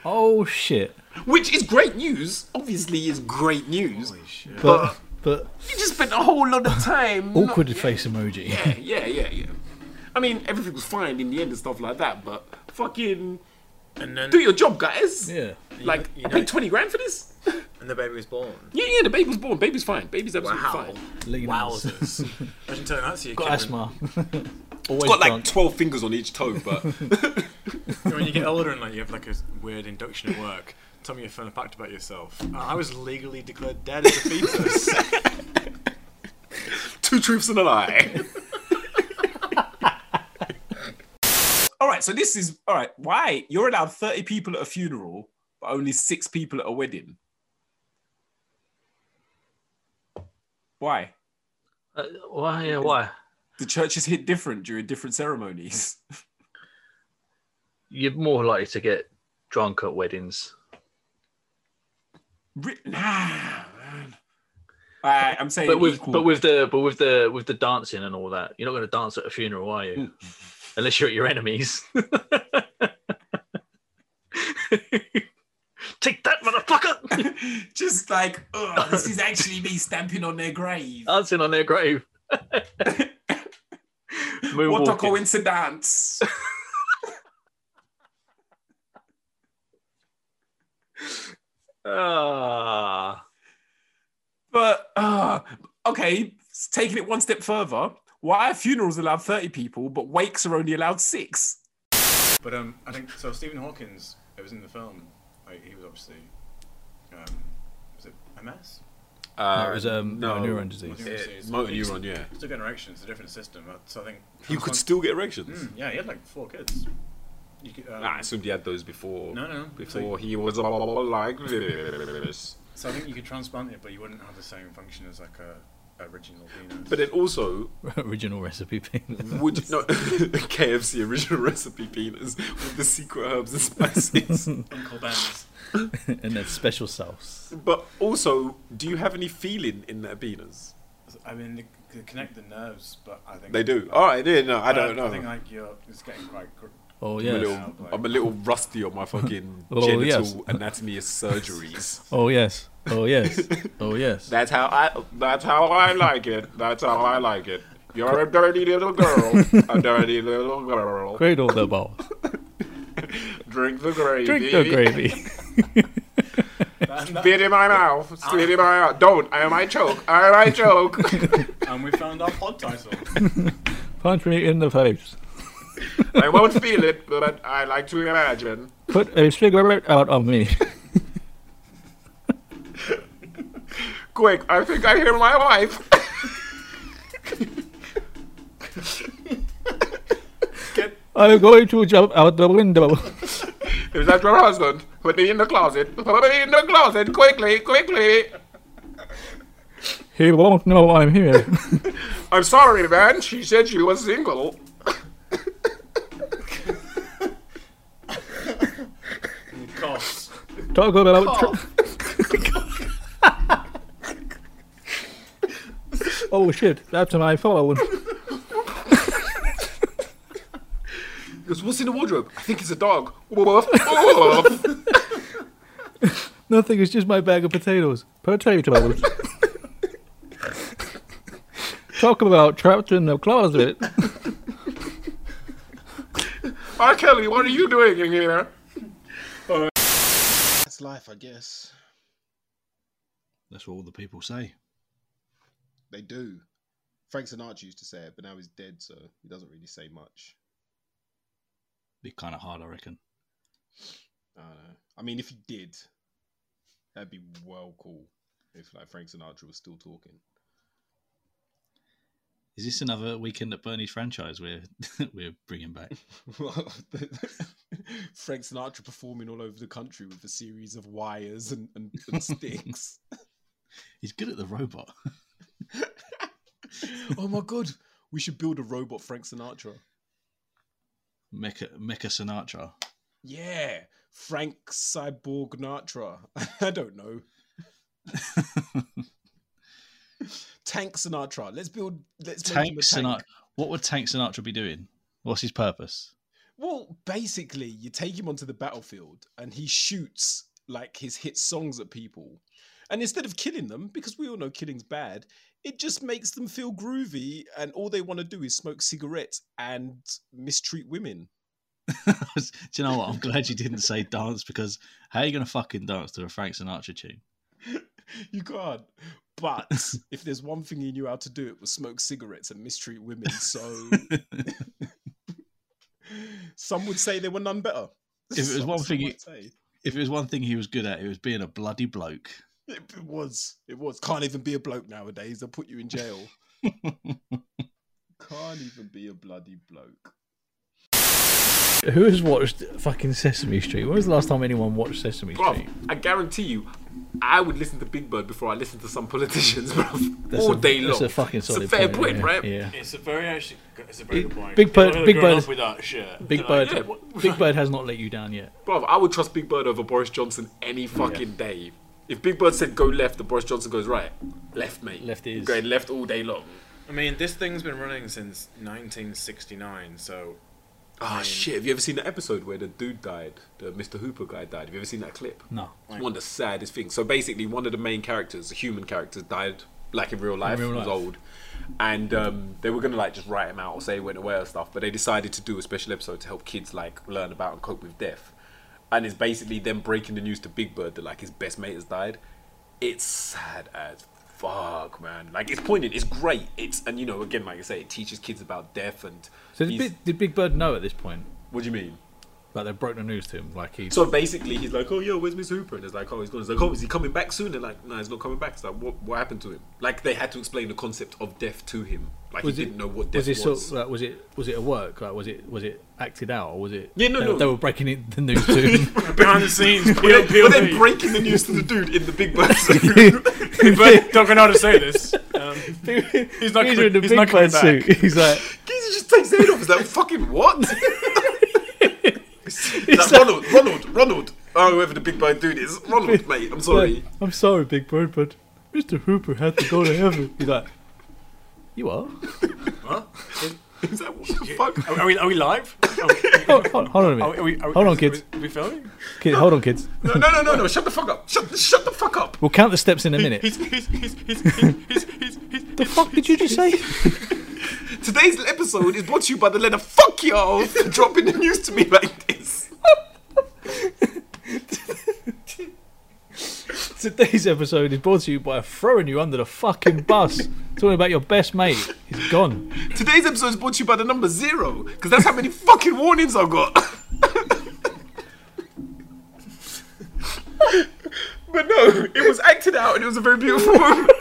S2: Oh shit.
S11: which is great news obviously is great news
S2: But but
S11: you just spent a whole lot of time not-
S2: awkward face emoji.
S11: Yeah, yeah, yeah, yeah. I mean, everything was fine in the end and stuff like that, but fucking
S7: And then
S11: do your job, guys.
S2: Yeah.
S11: Like,
S7: You know-
S11: I paid 20 grand for this?
S7: and the baby was born.
S11: Yeah, yeah, the baby was born. Baby's fine. Baby's absolutely
S7: Wow.
S11: fine.
S2: Lean ass.
S7: Wowzers.
S2: [laughs]
S7: Imagine telling that to your kid.
S2: Got
S7: when-
S2: asthma. [laughs] Always
S11: It's got like
S2: drunk.
S11: 12 fingers on each toe, but
S3: [laughs]
S7: when you get older and like you have like a weird induction at work, tell me a fun fact about yourself. Uh, I was legally declared dead as a [laughs] fetus.
S11: two truths and a lie.
S3: [laughs] All right, so this is all right. Why you're allowed 30 people at a funeral, but only six people at a wedding? Why?
S9: Uh, why? Yeah, why?
S3: The church is hit different during different ceremonies.
S9: You're more likely to get drunk at weddings.
S3: Re- nah, man. I, I'm saying
S9: But with
S3: equal.
S9: but with the but with the with the dancing and all that, you're not going to dance at a funeral, are you? Unless you're at your enemies. Take that, motherfucker!
S3: just like, ugh, this is actually me stamping on their grave.
S9: Dancing on their grave.
S3: what a
S9: Moonwalking.
S3: coincidence!
S9: Ah.
S3: But uh, okay, s- taking it one step further, why are funerals allowed 30 people, but wakes are only allowed six?
S7: but um, I think so. Stephen Hawkins, it was in the film. Like, he was obviously, um, was it MS?
S12: Uh,
S2: No, it was um no. neuron disease.
S7: Neuron disease.
S11: motor
S7: He
S11: neuron, yeah.
S7: Still getting erections. It's a different system. uh, So I think
S11: You could still get erections.
S7: Mm, yeah, he had like four kids. You could,
S2: Ah.
S7: uh,
S12: I assumed he had those before.
S7: No, no.
S12: Before he was like this.
S7: So I think you could transplant it, but you wouldn't have the same function as like a original penis.
S3: But it also
S2: [laughs] Original recipe penis.
S3: would you, no [laughs] KFC original recipe peanuts with the secret herbs
S2: [laughs]
S3: and spices.
S7: Uncle Ben's.
S2: [laughs] and then special sauce.
S3: but also, do you have any feeling in that penis?
S7: I mean, they c- connect the nerves, but I think
S3: They do. All right, yeah, no, I
S7: but
S3: don't
S7: I think
S3: know.
S7: like you're it's getting quite. Gr-
S2: Oh
S3: I'm a,
S2: yes.
S3: little, I'm a little rusty on
S2: [laughs]
S3: my fucking
S2: Oh,
S3: genital
S2: yes.
S3: anatomy surgeries.
S2: Oh yes. Oh yes. Oh yes.
S3: That's how I. That's how I like it. That's how I like it. You're a dirty little girl. a dirty little girl.
S2: Cradle the ball.
S3: Drink the gravy.
S2: Drink
S3: [laughs]
S2: the gravy.
S7: and, that-
S3: Spit in my mouth. Spit in my mouth. Don't. I might choke. I might choke.
S2: [laughs]
S7: and we found our pod title.
S2: Punch me in the face.
S3: I won't feel it, but I like to imagine.
S2: Put a cigarette out of me. [laughs]
S3: Quick, I think I hear my wife. [laughs]
S2: I'm going to jump out the window.
S3: Is that your husband? Put me in the closet. Put me in the closet quickly, quickly.
S2: He won't know I'm here.
S3: I'm sorry, man. She said she was single.
S7: Coughs.
S2: Talk about. Tr- oh shit! That's my phone.
S3: Because what's in the wardrobe? I think it's a dog. Woof, woof.
S2: Nothing. It's just my bag of potatoes. Potatoes. Talk about trapped in the closet.
S3: R. Kelly, what are you doing in here?
S13: That's life, I guess.
S14: That's what all the people say.
S13: They do. Frank Sinatra used to say it, but now he's dead, so he doesn't really say much.
S14: Be kind of hard, I reckon.
S13: I don't know. I mean, if he did, that'd be well cool. If like Frank Sinatra was still talking.
S14: Is this another weekend at Bernie's franchise we're we're bringing back?
S13: [laughs] Frank Sinatra performing all over the country with a series of wires and, and, and sticks.
S14: He's good at the robot.
S13: oh my god, we should build a robot Frank Sinatra.
S14: Mecha Mecha Sinatra.
S13: Yeah, Frank Cyborg Natra. [laughs] I don't know. Tank Sinatra. Let's build. Let's make him
S14: Tank
S13: a tank.
S14: Sinatra. What would Tank Sinatra be doing? What's his purpose? [laughs]
S13: Well, basically, you take him onto the battlefield and he shoots like his hit songs at people. And instead of killing them, because we all know killing's bad, it just makes them feel groovy and all they want to do is smoke cigarettes and mistreat women.
S14: Do you know what? I'm glad you didn't say dance because how are you going to fucking dance to a Frank Sinatra tune?
S13: You can't. But if there's one thing he knew how to do, it was smoke cigarettes and mistreat women.
S14: [laughs]
S13: So some would say there were none better.
S14: If it was
S13: Some-
S14: one
S13: some
S14: thing you-
S13: might say.
S14: If it was one thing he was good at, it was being a bloody bloke.
S13: It, it was. It was. Can't even be a bloke nowadays. They'll put you
S14: [laughs]
S13: in jail. Can't even be a bloody bloke.
S2: Who has watched fucking Sesame Street? When was the last time anyone watched Sesame Street?
S3: Bruv, I guarantee you, I would listen to Big Bird before I listen to some [laughs] politicians, bruv.
S2: That's
S3: all
S2: a-
S3: day long.
S2: That's a fucking solid
S3: it's a fair
S2: point,
S3: point,
S2: yeah,
S3: right?
S2: Yeah.
S15: [laughs] It's a very actually, it's a very good point.
S2: Big Bird-
S15: People are
S2: Big
S15: growing
S2: Bird
S15: up
S2: is-
S15: with that shit.
S2: Big
S15: They're
S2: Bird,
S15: Like, yeah, what-
S2: Big Bird has not let you down yet.
S3: Bruv, I would trust Big Bird over Boris Johnson any fucking day. If Big Bird said go left, and Boris Johnson goes right. Left, mate.
S2: Left is.
S3: Going left all day long.
S7: I mean, this thing's been running since 1969, so
S3: Ah, shit. Have you ever seen that episode where the dude died? The Mr. Hooper guy died? Have you ever seen that clip?
S2: No.
S3: It's one of the saddest things. So basically, one of the main characters, a human character, died like in real life.
S2: real
S3: He was
S2: life.
S3: old, and um, they were gonna like just write him out or say he went away or stuff. But they decided to do a special episode to help kids like learn about and cope with death. And it's basically them breaking the news to Big Bird that like his best mate has died. It's sad as fuck, man. Like it's poignant. It's great. It's and you know again, like I say, it teaches kids about death and.
S2: So did
S3: he's-
S2: Big, did Big Bird know at this point?
S3: What do you mean?
S2: Like they broke the news to him. Like he's
S3: So basically, he's like, "Oh, yo, where's Miss Hooper?" And it's like, "Oh, he's gone." It's like, "Oh, is he coming back soon?" They're like, "No, he's not coming back." It's like, "What? What happened to him?" Like they had to explain the concept of death to him. Like he didn't know what death
S2: was. uh, It sort
S3: was.
S2: of, like, was it was it a work? Like was it was it acted out or was it?
S3: Yeah, no,
S2: they,
S3: no.
S2: They were breaking it, the news to him.
S3: [laughs]
S7: [laughs] Behind the scenes,
S3: But they- but they're
S7: POV.
S3: breaking the news to the dude in the big
S2: [laughs]
S3: bird suit.
S7: [laughs]
S3: [laughs]
S7: But don't know how to say this. Um, he's not
S2: He's
S7: coming-
S2: in the
S7: he's
S2: big
S7: not coming
S2: bird
S7: back.
S2: suit. He's
S3: [laughs]
S2: like,
S3: Geezer just takes the head off. He's like, "Fucking what?" [laughs] It's like, Ronald, Ronald, Ronald. Oh, whoever the big bird dude is,
S2: [laughs]
S3: Ronald, mate. I'm sorry.
S2: I'm sorry, Big Bird, but Mr. Hooper had to go to heaven. He's like, you are?
S3: He's like, "What the fuck?"
S7: Are, are we, are
S3: [laughs]
S7: we live? Are
S2: Hold, hold, hold on a
S3: Oh,
S7: we, are
S2: minute.
S7: we, are we,
S2: Hold on, kids.
S7: Are we, are we filming?
S2: Kid, hold on, kids.
S3: No, no, no, no, no. Shut the fuck up. Shut, shut the fuck up.
S2: We'll count the steps in a [laughs] minute.
S7: He's, he's, he's, he's, he's, he's, he's, he's,
S2: The fuck did you just say?
S3: Today's episode is brought to you by the letter fuck y'all for dropping the news to me like this.
S2: [laughs] Today's episode is brought to you by throwing you under the fucking bus. [laughs] Talking about your best mate. He's gone.
S3: Today's episode is brought to you by the number zero, because that's how many fucking warnings I've got. [laughs] but no, it was acted out and it was a very beautiful moment.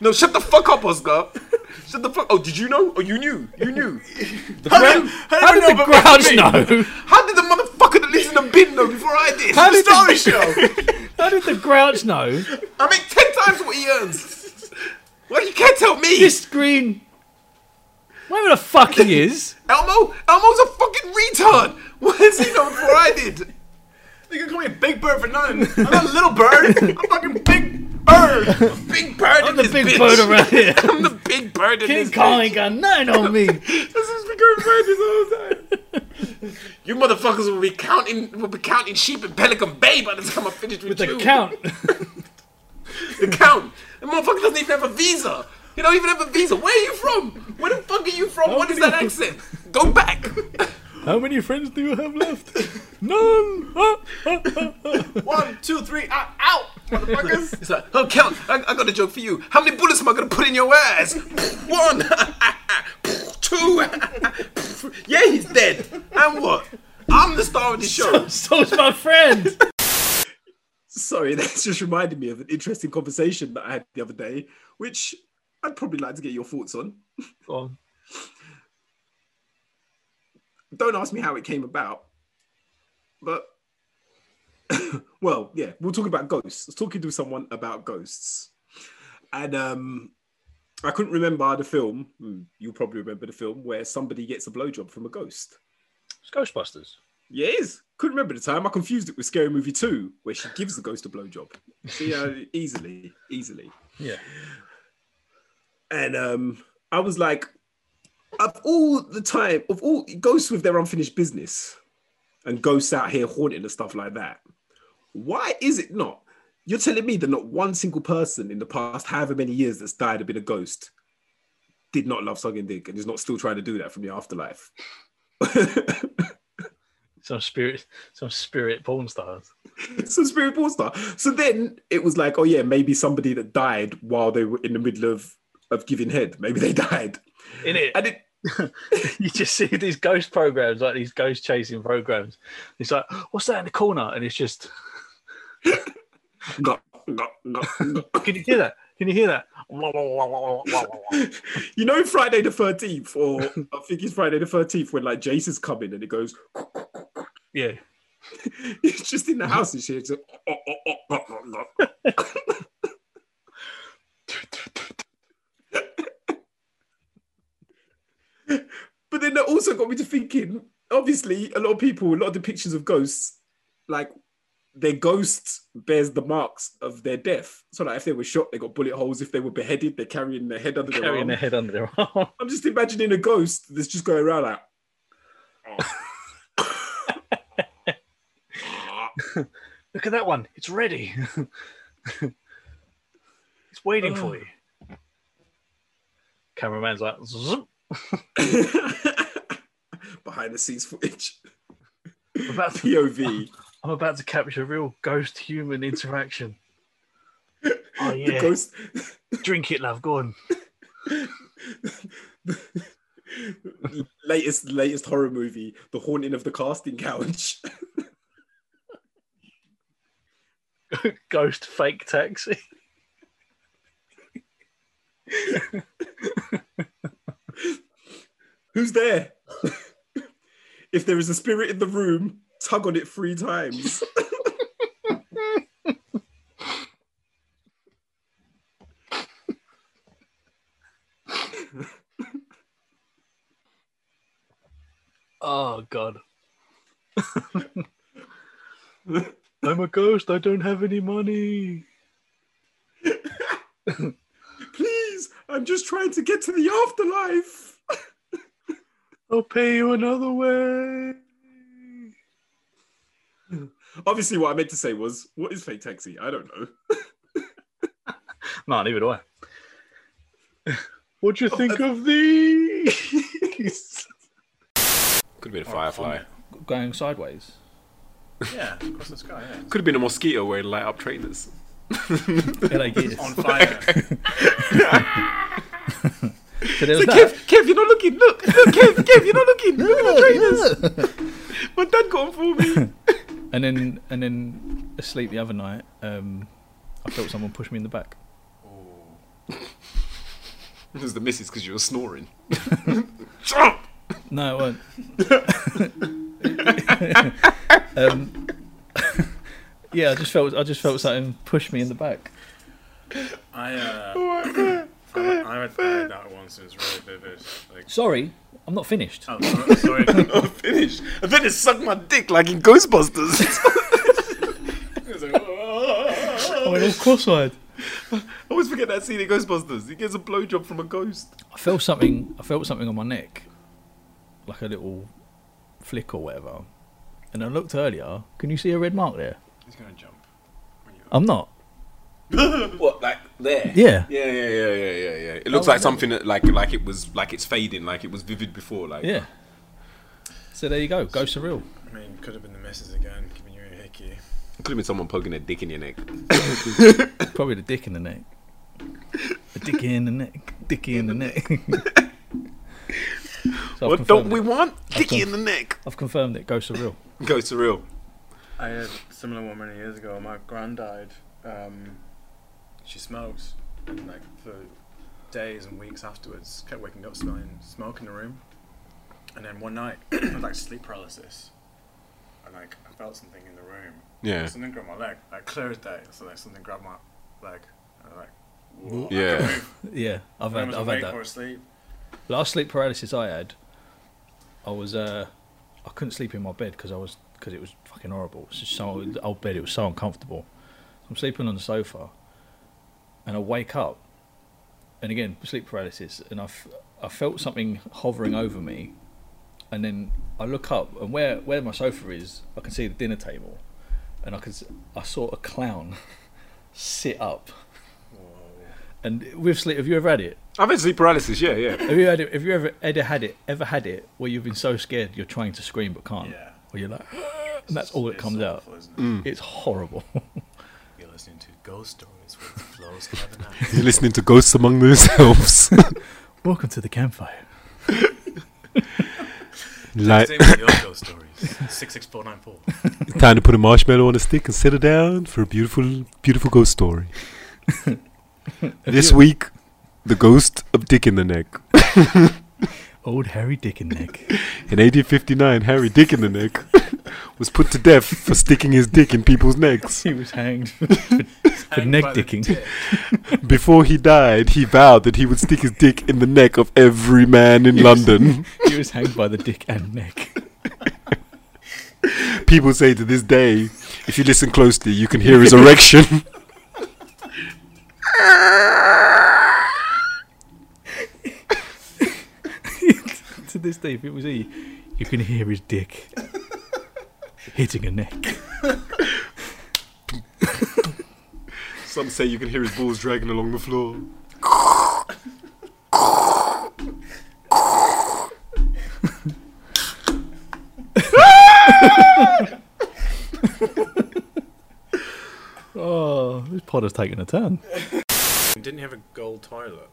S3: no, shut the fuck up, Oscar. Shut the fuck. Oh, did you know? Oh, you knew. You knew.
S2: How did the crowds know? [laughs]
S3: How did the motherfucker that lives in the bin know before I did?
S2: How did
S3: Sorry,
S2: the- How did the Grouch [laughs] know?
S3: I make ten times what he earns. Well, you can't tell me.
S2: This green. Whatever the fuck [laughs] he is.
S3: Elmo, Elmo's a fucking retard. [laughs] What is he known before I did?
S7: They can call me a big bird for nothing.
S3: I'm not a little bird. I'm fucking big bird. Big bird.
S2: I'm
S3: in
S2: the
S3: this
S2: big
S3: bitch.
S2: bird around here.
S3: [laughs] I'm the big bird in
S2: King
S3: this
S2: Kong
S3: bitch.
S2: ain't got nothing on me.
S3: This is big bird this whole time. You motherfuckers will be counting will be counting sheep in Pelican Bay by the time I finish with,
S2: With [laughs] the
S3: you.
S2: count.
S3: The count. The motherfucker doesn't even have a visa. You don't even have a visa. Where are you from? Where the fuck are you from? what is that accent? Go back.
S2: How many friends do you have left? [laughs] None. Ah, ah, ah.
S7: [laughs] One, two, three, out, out, motherfuckers.
S3: It's like, oh, count. I, I got a joke for you. How many bullets am I gonna put in your ass? [laughs] One, two. [laughs] yeah, he's dead. And what? I'm the star of the
S7: [laughs]
S3: show.
S2: So's my friend.
S3: Sorry, [laughs] that's just reminded me of an interesting conversation that I had the other day, which I'd probably like to get your thoughts on.
S2: on.
S3: [laughs] Don't ask me how it came about, but [laughs] well, yeah, we'll talk about ghosts. I was talking to someone about ghosts, and um, I couldn't remember the film. Hmm, You probably remember the film where somebody gets a blowjob from a ghost.
S2: It's Ghostbusters.
S3: Yeah, it is. Couldn't remember the time. I confused it with Scary Movie 2, where she gives the ghost a blowjob. See, uh, [laughs] easily, easily.
S2: Yeah.
S3: And um, I was like, of all the time, of all ghosts with their unfinished business and ghosts out here haunting and stuff like that, why is it not? You're telling me that not one single person in the past however many years that's died and been a ghost did not love sucking dick and is not still trying to do that from the afterlife. [laughs]
S2: Some spirit, some spirit porn stars.
S3: so spirit porn star. So then it was like, oh yeah, maybe somebody that died while they were in the middle of of giving head. Maybe they [laughs] died.
S2: [laughs] In it, [laughs]
S3: And it
S2: you just see these ghost programs, like these ghost chasing programs. It's like, what's that in the corner? And it's just,
S3: got, got, got, got. [laughs]
S2: can you hear that? Can you hear that?
S3: you know Friday the 13th, or I think it's Friday the 13th when like Jace is coming and it goes,
S2: Yeah.
S3: it's just in the house and shit. It's like, oh, oh, oh, oh, oh, oh. but then that also got me to thinking obviously, a lot of people, a lot of depictions of ghosts, like their ghost bears the marks of their death. So, like, if they were shot, they got bullet holes. If they were beheaded, they're carrying their head under their
S2: Carrying
S3: arm.
S2: their head under their arm.
S3: I'm just imagining a ghost that's just going around like.
S2: Look at that one. It's ready. [laughs] it's waiting
S9: Oh.
S2: for you. Cameraman's like, "Zoom."
S3: [laughs] behind the scenes footage. [laughs]
S2: I'm about to-
S3: POV.
S2: I'm about to capture real ghost human interaction.
S9: [laughs]
S2: Oh yeah,
S3: The ghost
S2: drink it, love. Go on.
S16: latest latest horror movie, The Haunting of the Casting Couch. [laughs]
S9: Ghost fake
S2: [laughs]
S9: taxi.
S16: Who's there? [laughs] if there is a spirit in the room, tug on it three
S9: [laughs]
S16: times. [laughs]
S9: Oh god. [laughs] I'm a ghost. I don't have any money.
S16: Please, I'm just trying to get to the afterlife.
S9: I'll pay you another way.
S16: Obviously, what I meant to say was, what is fake taxi? I don't know.
S9: No, neither do I. What'd you think
S3: [laughs]
S9: of these? Oh,
S3: Could have been a firefly.
S2: Going sideways.
S7: [laughs] Yeah, across the sky. Yeah.
S3: Could have been a mosquito where it light up trainers.
S9: [laughs]
S2: LA Gears.
S7: On
S2: [laughs]
S7: fire.
S2: So there was
S3: Kev,
S2: that.
S3: Kev, you're not looking. Look, look, Kev, Kev, you're not looking. Look at the trainers. [laughs] My dad got them for me.
S2: And then and then asleep the other night, um, I felt someone push me in the back.
S3: It was the missus because you were snoring. [laughs]
S2: No, it won't. um, [laughs] yeah, I just felt I just felt something push me in the back.
S7: I,
S3: [laughs] Oh
S7: uh, I, I read that once. It was really vivid. Like,
S2: Sorry, I'm not finished.
S7: oh,
S3: [laughs]
S7: sorry. sorry.
S3: I'm finished. And then it sucked my dick like in Ghostbusters. [laughs]
S7: It was like, "Whoa."
S2: I went all cross-eyed.
S3: I always forget that scene in Ghostbusters. He gets a blowjob from a ghost.
S2: I felt something. I felt something on my neck, like a little flick or whatever. And I looked earlier. Can you see a red mark there?
S7: He's gonna jump.
S2: I'm not.
S3: What, like there?
S2: Yeah.
S3: Yeah, yeah, yeah, yeah, yeah, yeah. It looks like something that, like, like it was, like it's fading, like it was vivid before, like.
S2: Yeah. So there you go. Go surreal.
S7: I mean, could have been the missus again, giving you a hickey.
S3: Could have been someone poking a dick in your neck.
S2: Probably the dick in the neck. The dick in the neck. Dicky in the
S3: [laughs]
S2: neck. So I've
S3: What
S2: confirmed
S3: don't we
S2: it.
S3: want? Dicky in the neck.
S2: I've confirmed it. Go surreal.
S3: Go surreal.
S7: I had a similar one many years ago. My grand died. Um, she smoked, and like for days and weeks afterwards, kept waking up smelling smoke in the room. And then one night, [clears throat] I had like sleep paralysis, and like I felt something in the room.
S3: Yeah.
S7: Something grabbed my leg. Like clear as day. So like something grabbed my leg. And I was like, Whoa. I
S3: Yeah.
S7: couldn't move.
S2: Yeah, I've
S7: I
S2: had,
S7: was
S2: I've
S7: awake
S2: had that.
S7: or asleep.
S2: Last sleep paralysis I had, I was uh, I couldn't sleep in my bed because I was because it was fucking horrible. It's just so the old bed. It was so uncomfortable. I'm sleeping on the sofa, and I wake up, and again sleep paralysis, and I, f- I felt something hovering over me, and then I look up and where where my sofa is, I can see the dinner table, and I could s- I saw a clown [laughs] sit up. And with sleep, have you ever had it?
S3: I've had sleep paralysis. Yeah, yeah.
S2: Have you had it, have you ever ever had it ever had it where you've been so scared you're trying to scream but can't?
S7: Yeah.
S2: Or you're like [gasps] and that's all that
S7: It's
S2: comes out.
S7: awful, isn't it?
S2: It's horrible. [laughs]
S7: You're listening to ghost stories [laughs] with Flo's Kevin Knight.
S3: You're listening to Ghosts Among [laughs] Themselves.
S2: Welcome to the campfire.
S3: Light.
S7: Same with your ghost [laughs] stories. Six six four nine four.
S3: Time to put a marshmallow on a stick and set it down for a beautiful, beautiful ghost story. this week, the ghost of Dick in the Neck.
S2: Old Harry Dick and Nick.
S3: In 1859, Harry Dick in the Neck was put to death for sticking his dick in people's
S2: [laughs]
S3: necks.
S2: he was hanged for, [laughs] for- for neck
S7: by the
S2: dicking.
S3: Before he died, he vowed that he would stick his dick in the neck of every man in London.
S2: he was hanged by the dick and neck. [laughs]
S3: People say to this day, if you listen closely, you can hear his erection.
S2: to this day, if it was he, you can hear his
S7: [laughs]
S2: dick hitting a neck.
S3: Some say you can hear his balls dragging along the floor.
S2: Oh, this pod has taken a [laughs] turn.
S7: Didn't you have a gold toilet?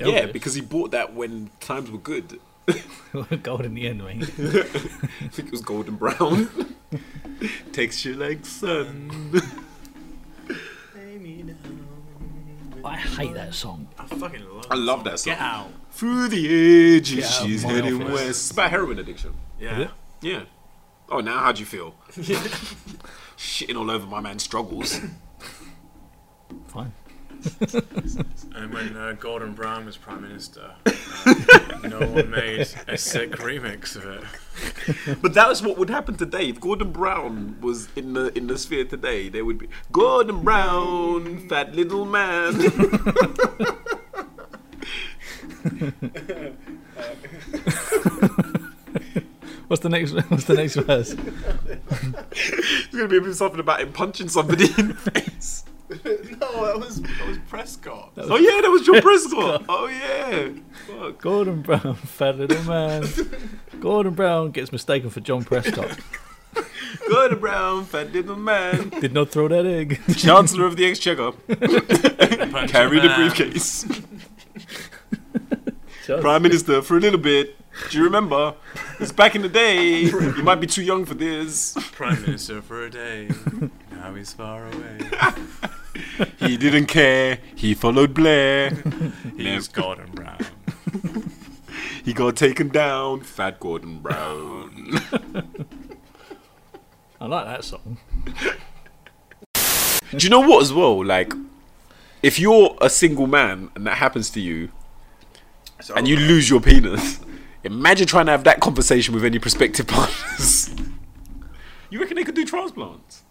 S3: Yeah, because he bought that when times were good.
S2: Gold in the end, mate.
S3: I think it was golden brown. [laughs]
S4: Texture like sun.
S2: I hate that song.
S4: I fucking love
S3: I love that song.
S4: Get out.
S3: Through the
S2: Get
S3: ages,
S2: out of
S3: she's
S2: my
S3: heading
S2: office.
S3: west. It's about heroin addiction.
S4: Yeah.
S3: Yeah. Oh, now how do you feel? Shitting all over my man's struggles.
S2: Fine.
S4: And when uh, Gordon Brown was prime minister, uh, no one made a sick remix of it.
S3: But that was what would happen today. If Gordon Brown was in the in the sphere today, there would be Gordon Brown, fat little man. [laughs]
S2: What's the next? [laughs] What's the next verse?
S3: It's gonna be something about him punching somebody in the face.
S4: No, that was that was Prescott.
S3: Oh yeah, that was John Prescott. Oh yeah. Fuck.
S2: Gordon Brown, [laughs] fat little man. Gordon Brown gets mistaken for John Prescott.
S3: Gordon Brown, fat little man.
S2: Did not throw that egg. [laughs]
S3: Chancellor of [laughs] the Exchequer. Carry the briefcase. Prime Minister for a little bit. Do you remember? It's back in the day. You might be too young for this.
S4: Prime minister for a day. Now he's far away.
S3: He didn't care. He followed Blair.
S4: He's Gordon Brown.
S3: He got taken down. Fat Gordon Brown.
S2: I like that song.
S3: Do you know what as well? Like, if you're a single man and that happens to you, and you lose your penis, imagine trying to have that conversation with any prospective [laughs] partners. You reckon they could do transplants?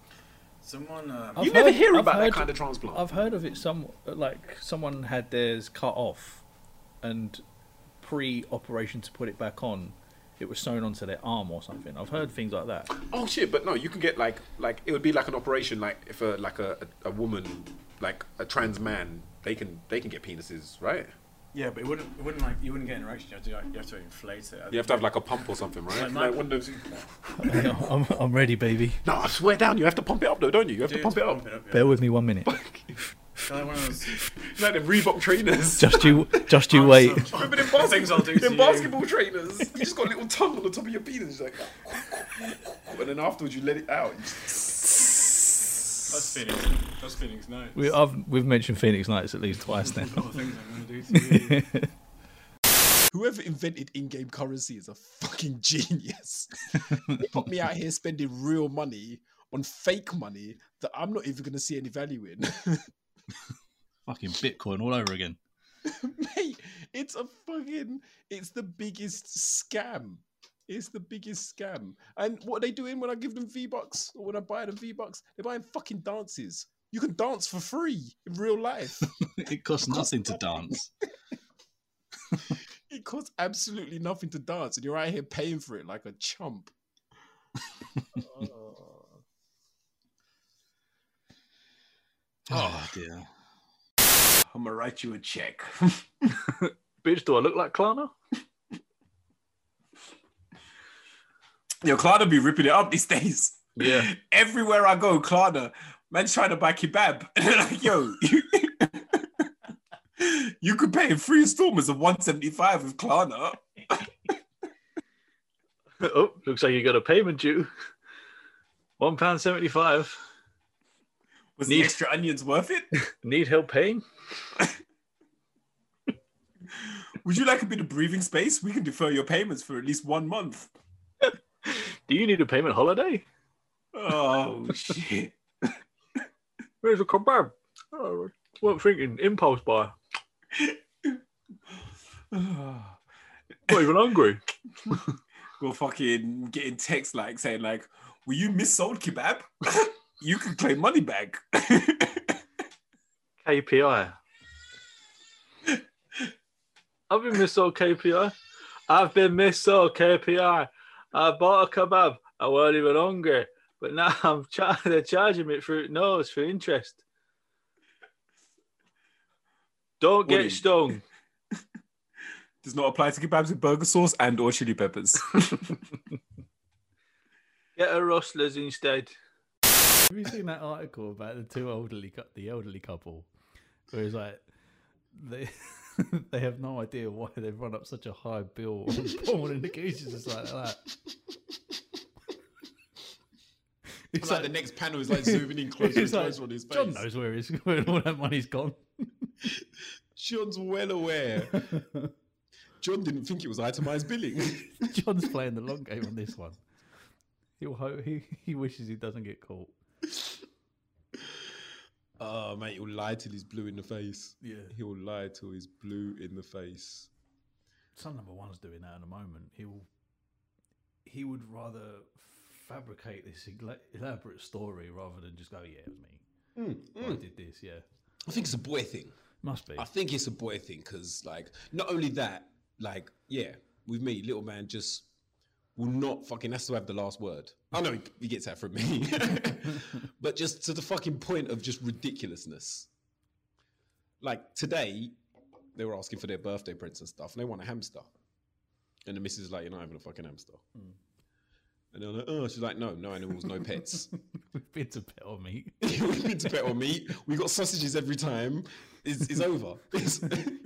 S7: Someone. Um,
S2: I've
S3: You never
S2: heard-
S3: hear
S2: I've
S3: about
S2: heard-
S3: that kind of transplant.
S2: I've heard of it. Some like someone had theirs cut off, and pre-operation to put it back on, it was sewn onto their arm or something. I've heard things like that. [laughs]
S3: Oh shit! But no, you can get like like it would be like an operation like if a like a, a, a woman like a trans man they can they can get penises right.
S7: Yeah, but it wouldn't. It wouldn't like you wouldn't get an erection. You have to like, you have to inflate it.
S3: You have to have like a pump or something, right?
S7: Like my-
S3: Like one of those-
S2: I'm, I'm ready, baby.
S3: No, I swear down. You have to pump it up though, don't you? You have
S7: Dude,
S3: to pump it up.
S7: Pump it up yeah.
S2: Bear with me one minute.
S7: It's like one of those
S3: Like them Reebok
S2: [laughs]
S3: trainers.
S2: Just you, just you wait.
S3: Remember them
S7: [laughs]
S3: bas-
S7: things I'll do to
S3: them
S7: you.
S3: basketball trainers. You just got a little tongue on the top of your penis, like, [laughs] and then afterwards you let it out. You just-
S7: That's Phoenix. That's Phoenix Nights.
S2: We, I've, we've mentioned Phoenix Nights at least twice
S3: [laughs]
S2: now.
S7: All the things I'm gonna do to you.
S13: Whoever invented in-game currency is a fucking [laughs] genius. they put me out here spending real money on fake money that I'm not even going to see any value in. [laughs]
S2: Fucking Bitcoin all over again.
S13: Mate, it's a fucking it's the biggest scam. It's the biggest scam. And what are they doing when I give them V-Bucks or when I buy them V-Bucks? They're buying fucking dances. You can dance for free in real life.
S17: [laughs] It costs nothing to dance.
S13: [laughs] it costs absolutely nothing to dance, and you're out here paying for it like
S17: [laughs]
S13: a chump. Ah.
S17: Oh dear.
S3: I'm gonna write you a check. [laughs]
S9: Bitch, do I look like Klarna?
S3: Yo, Klarna be ripping it up these days. [laughs]
S9: Yeah.
S3: Everywhere I go, Klarna, man's trying to buy
S13: [laughs]
S3: kebab. And they're like, yo, you- you could pay in three installments of 175 with Klarna.
S9: oh, looks like you got a payment due. [laughs] One pound seventy-five.
S3: Was
S9: Need-
S3: the extra onions worth
S9: [laughs]
S3: it?
S9: Need help paying?
S3: Would you like a bit of breathing space? We can defer your payments for at least one month.
S9: [laughs] Do you need a payment holiday? [laughs]
S3: Oh shit.
S9: Where's the kebab? Oh, weren't thinking impulse [laughs] buy.
S3: We'll
S9: Not even hungry.
S3: fucking getting texts like saying like, "Were you missold kebab? [laughs] you can claim money back." [laughs]
S9: KPI. I've been missile KPI. I've been missile KPI. I bought a kebab. I weren't even hungry, but now [laughs] I'm char- they're charging me through nose for interest. Don't
S3: Woody.
S9: get stung.
S3: Does not apply to kebabs with burger sauce and or chili peppers.
S9: Get a rustlers instead.
S2: Have you seen that article about the two elderly cou- the elderly couple, where it's like they [laughs] they have no idea why they've run up such a high bill
S9: [laughs]
S2: on porn and accusations like
S3: [laughs]
S2: that.
S3: It's like, the [laughs] next panel is like zooming in closer and
S2: [laughs] It's like,
S3: closer on his face.
S2: John knows [laughs] where he's going. All that money's gone.
S3: John's well [laughs] aware. John didn't think it was itemized [laughs] billing.
S2: John's playing the long game on this one. He'll hope he, he wishes he doesn't get caught.
S3: oh, mate, he'll lie till he's blue in the face.
S2: Yeah.
S3: He'll lie till he's blue in the face.
S2: Son number one's doing that at the moment. He'll he would rather fabricate this ela- elaborate story rather than just go, "Yeah, it was me. I did this." Yeah,
S3: I think it's a boy thing.
S2: must be.
S3: Mm,
S2: [laughs]
S3: I think it's a boy thing because, like, not only that, like, yeah, with me, little man just will not fucking has to have the last word. I know he, he gets that from me, [laughs] but just to the fucking point of just ridiculousness. Like today, they were asking for their birthday presents and stuff, and they want a hamster. And the missus is like, "You're not having a fucking hamster." And they're like, "Oh," she's like, "No, no animals, no pets." [laughs]
S2: We've been to bet on meat.
S3: We've been to bet on meat. We got sausages every time. It's, it's over. [laughs] It's-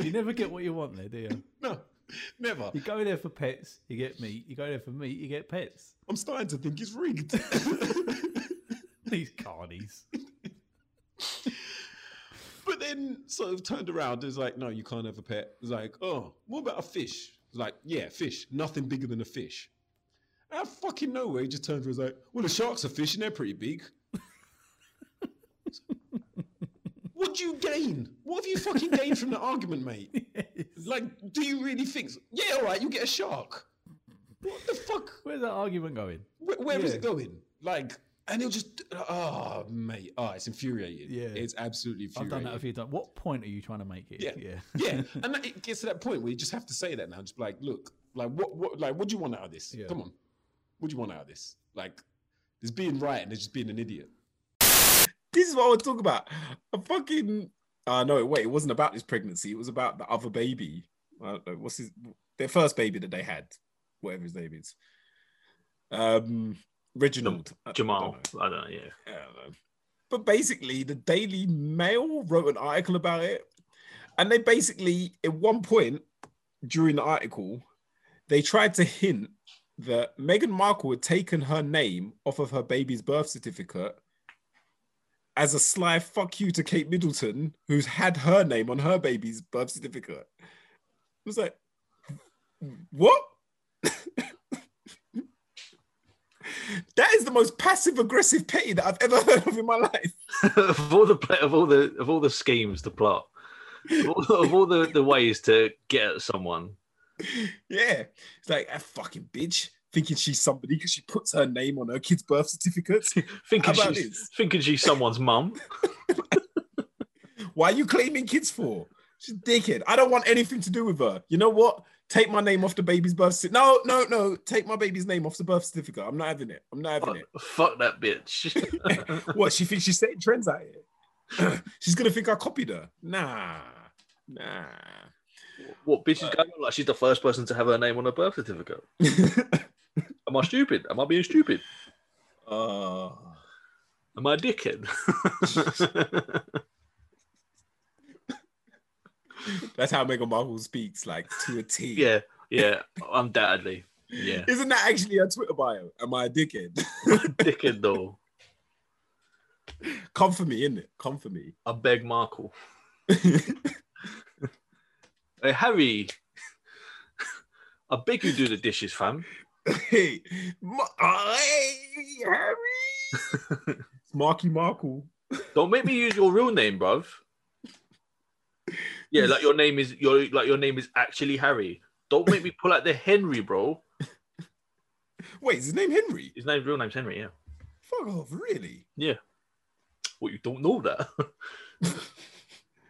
S2: You never get what you want there, do you?
S3: [laughs] No, never.
S2: You go there for pets, you get meat. You go there for meat, you get
S3: [laughs]
S2: pets.
S3: I'm starting to think it's rigged.
S9: [laughs]
S2: These carnies.
S3: but then sort of turned around. It's like, no, you can't have a pet. It's like, oh, what about a fish? It's like, yeah, fish. Nothing bigger than a fish. Out of fucking nowhere, he just turned around and was like, well, the sharks are fish and they're pretty big. [laughs] what do you gain? What have you fucking gained from the
S2: [laughs]
S3: argument, mate? Like, do you really think? Yeah, all right, you get a shark. What the fuck?
S2: Where's that argument going?
S3: Where, where is
S2: Yeah.
S3: it going? Like, and he'll just, oh, mate, oh, it's infuriating.
S2: Yeah.
S3: It's absolutely
S2: I've
S3: infuriating.
S2: done that a few times. What point are you trying to make here?
S3: Yeah.
S2: yeah.
S3: [laughs] yeah. And that, it gets to that point where you just have to say that now. Just be like, look, like, what, what, like, what do you want out of this?
S2: Yeah.
S3: Come on. What do you want out of this? Like, there's being right and there's just being an idiot.
S13: This is what I was talking about. A fucking. Uh, no, wait, it wasn't about this pregnancy. It was about the other baby. I don't know. What's his. Their first baby that they had, whatever his name is. Um, Reginald. I- I don't
S9: Jamal.
S13: know.
S9: I don't know. Yeah.
S13: Yeah, I don't know. But basically, the Daily Mail wrote an article about it. And they basically, at one point during the article, they tried to hint that Meghan Markle had taken her name off of her baby's birth certificate as a sly fuck you to Kate Middleton, who's had her name on her baby's birth certificate. I was like, what? That is the most passive aggressive petty that I've ever [laughs] heard of in my life.
S9: [laughs] of all the pla- of all the of all the schemes, the plot, of all, of all the, the ways to get at someone,
S13: Yeah. It's like, a fucking bitch, thinking she's somebody because she puts her name on her kid's birth certificates. [laughs]
S9: thinking
S13: How about
S9: she's
S13: this?
S9: thinking she's someone's mum.
S13: Why are you claiming kids for? She's a dickhead. I don't want anything to do with her. You know what? Take my name off the baby's birth certificate. No, no, no. Take my baby's name off the birth certificate. I'm not having it. I'm not having
S9: [laughs] Fuck that
S13: [laughs]
S9: bitch.
S13: it. what? She thinks she's setting trends out here. [clears throat] she's going to think I copied her. Nah. Nah.
S9: what bitch is going on? Like she's the first person to have her name on her birth
S13: [laughs]
S9: certificate. Am I stupid? Am I being stupid?
S13: Oh.
S9: Am I a dickhead? [laughs]
S13: That's how Meghan Markle speaks, like to a T.
S9: yeah, yeah, undoubtedly. Yeah,
S13: Isn't that actually a Twitter bio? Am I a dickhead? [laughs]
S9: dickhead though.
S13: Come for me, innit? Come for me. [laughs]
S9: I beg Markle. [laughs] hey Harry, I beg you do the dishes, fam.
S13: Hey, Ma- hey, Harry. [laughs] it's Marky Markle.
S9: Don't make me use your real name, bruv. Yeah, like your name is your like your name is actually Harry. Don't make me pull out the Henry, bro.
S13: Wait, is his name Henry?
S9: His name, real name's Henry. Yeah.
S13: Fuck off, really?
S9: What you don't know that? [laughs] Are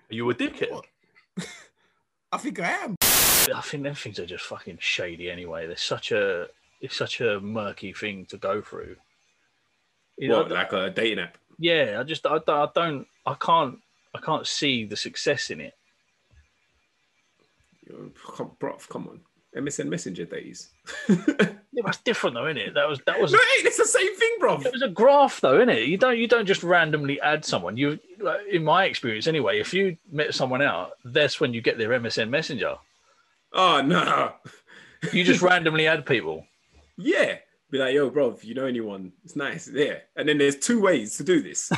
S9: you a dickhead?
S13: What? I think I am.
S9: I think them things are just fucking shady anyway. They're such a it's such a murky thing to go through. You know,
S13: like a dating app?
S9: yeah, I just I, don't- I don't I can't I can't see the success in it.
S13: Come, bruv, come on. MSN Messenger [laughs] days.
S2: Yeah, that's different though, isn't it? That was that was
S13: No, it ain't. It's the same thing, bro.
S2: it was a graph though, isn't it? You don't you don't just randomly add someone. You like, in my experience anyway, if you met someone out, that's when you get their MSN Messenger.
S13: Oh no.
S2: You
S13: [laughs]
S2: just randomly add people.
S13: Yeah. Be like, yo, bro, if you know anyone, it's nice. Yeah. And then there's two ways to do
S2: [laughs]
S13: this.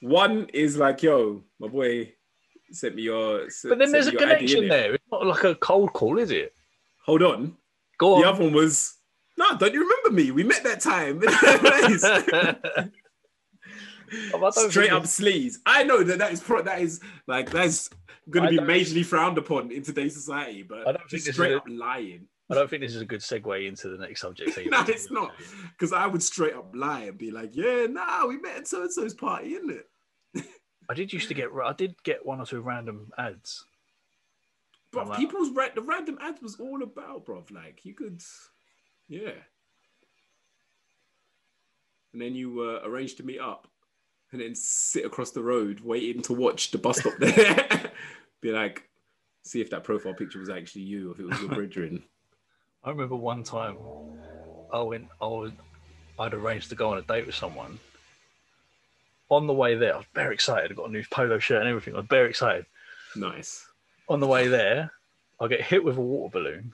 S13: One is like, yo, my boy sent me your.
S2: But then there's a connection there. It's not like a cold call, is it?
S13: Hold on.
S2: Go on.
S13: The other one was, no, don't you remember me? We met that time. [laughs] in
S2: [laughs]
S13: that place."
S2: I don't think
S13: Straight up
S2: it's-
S13: sleaze. I know that that is pro- that is like that's going
S2: I
S13: to be
S2: don't-
S13: majorly frowned upon in today's society. But
S2: I don't think
S13: just
S2: this is
S13: straight
S2: a-
S13: up lying. [laughs]
S2: I don't think this is a good segue into the next subject. either.
S13: No, it's not. Because I would straight up lie and be like, "Yeah, nah, we met at so and so's party, isn't it?"
S2: I did used to get I did get one or two random ads.
S13: But
S2: I'm like-
S13: people's ra- the random ads was all about, bruv. Like you could, yeah. And then you uh, arranged to meet up, and then sit across the road waiting to watch the bus stop there. Be like, see if that profile picture was actually you, if it was your brethren.
S2: I remember one time I went, I was, I'd arranged to go on a date with someone. On the way there, I was very excited. I got a new polo shirt and everything. I was very excited.
S13: nice.
S2: On the way there, I get hit with a water balloon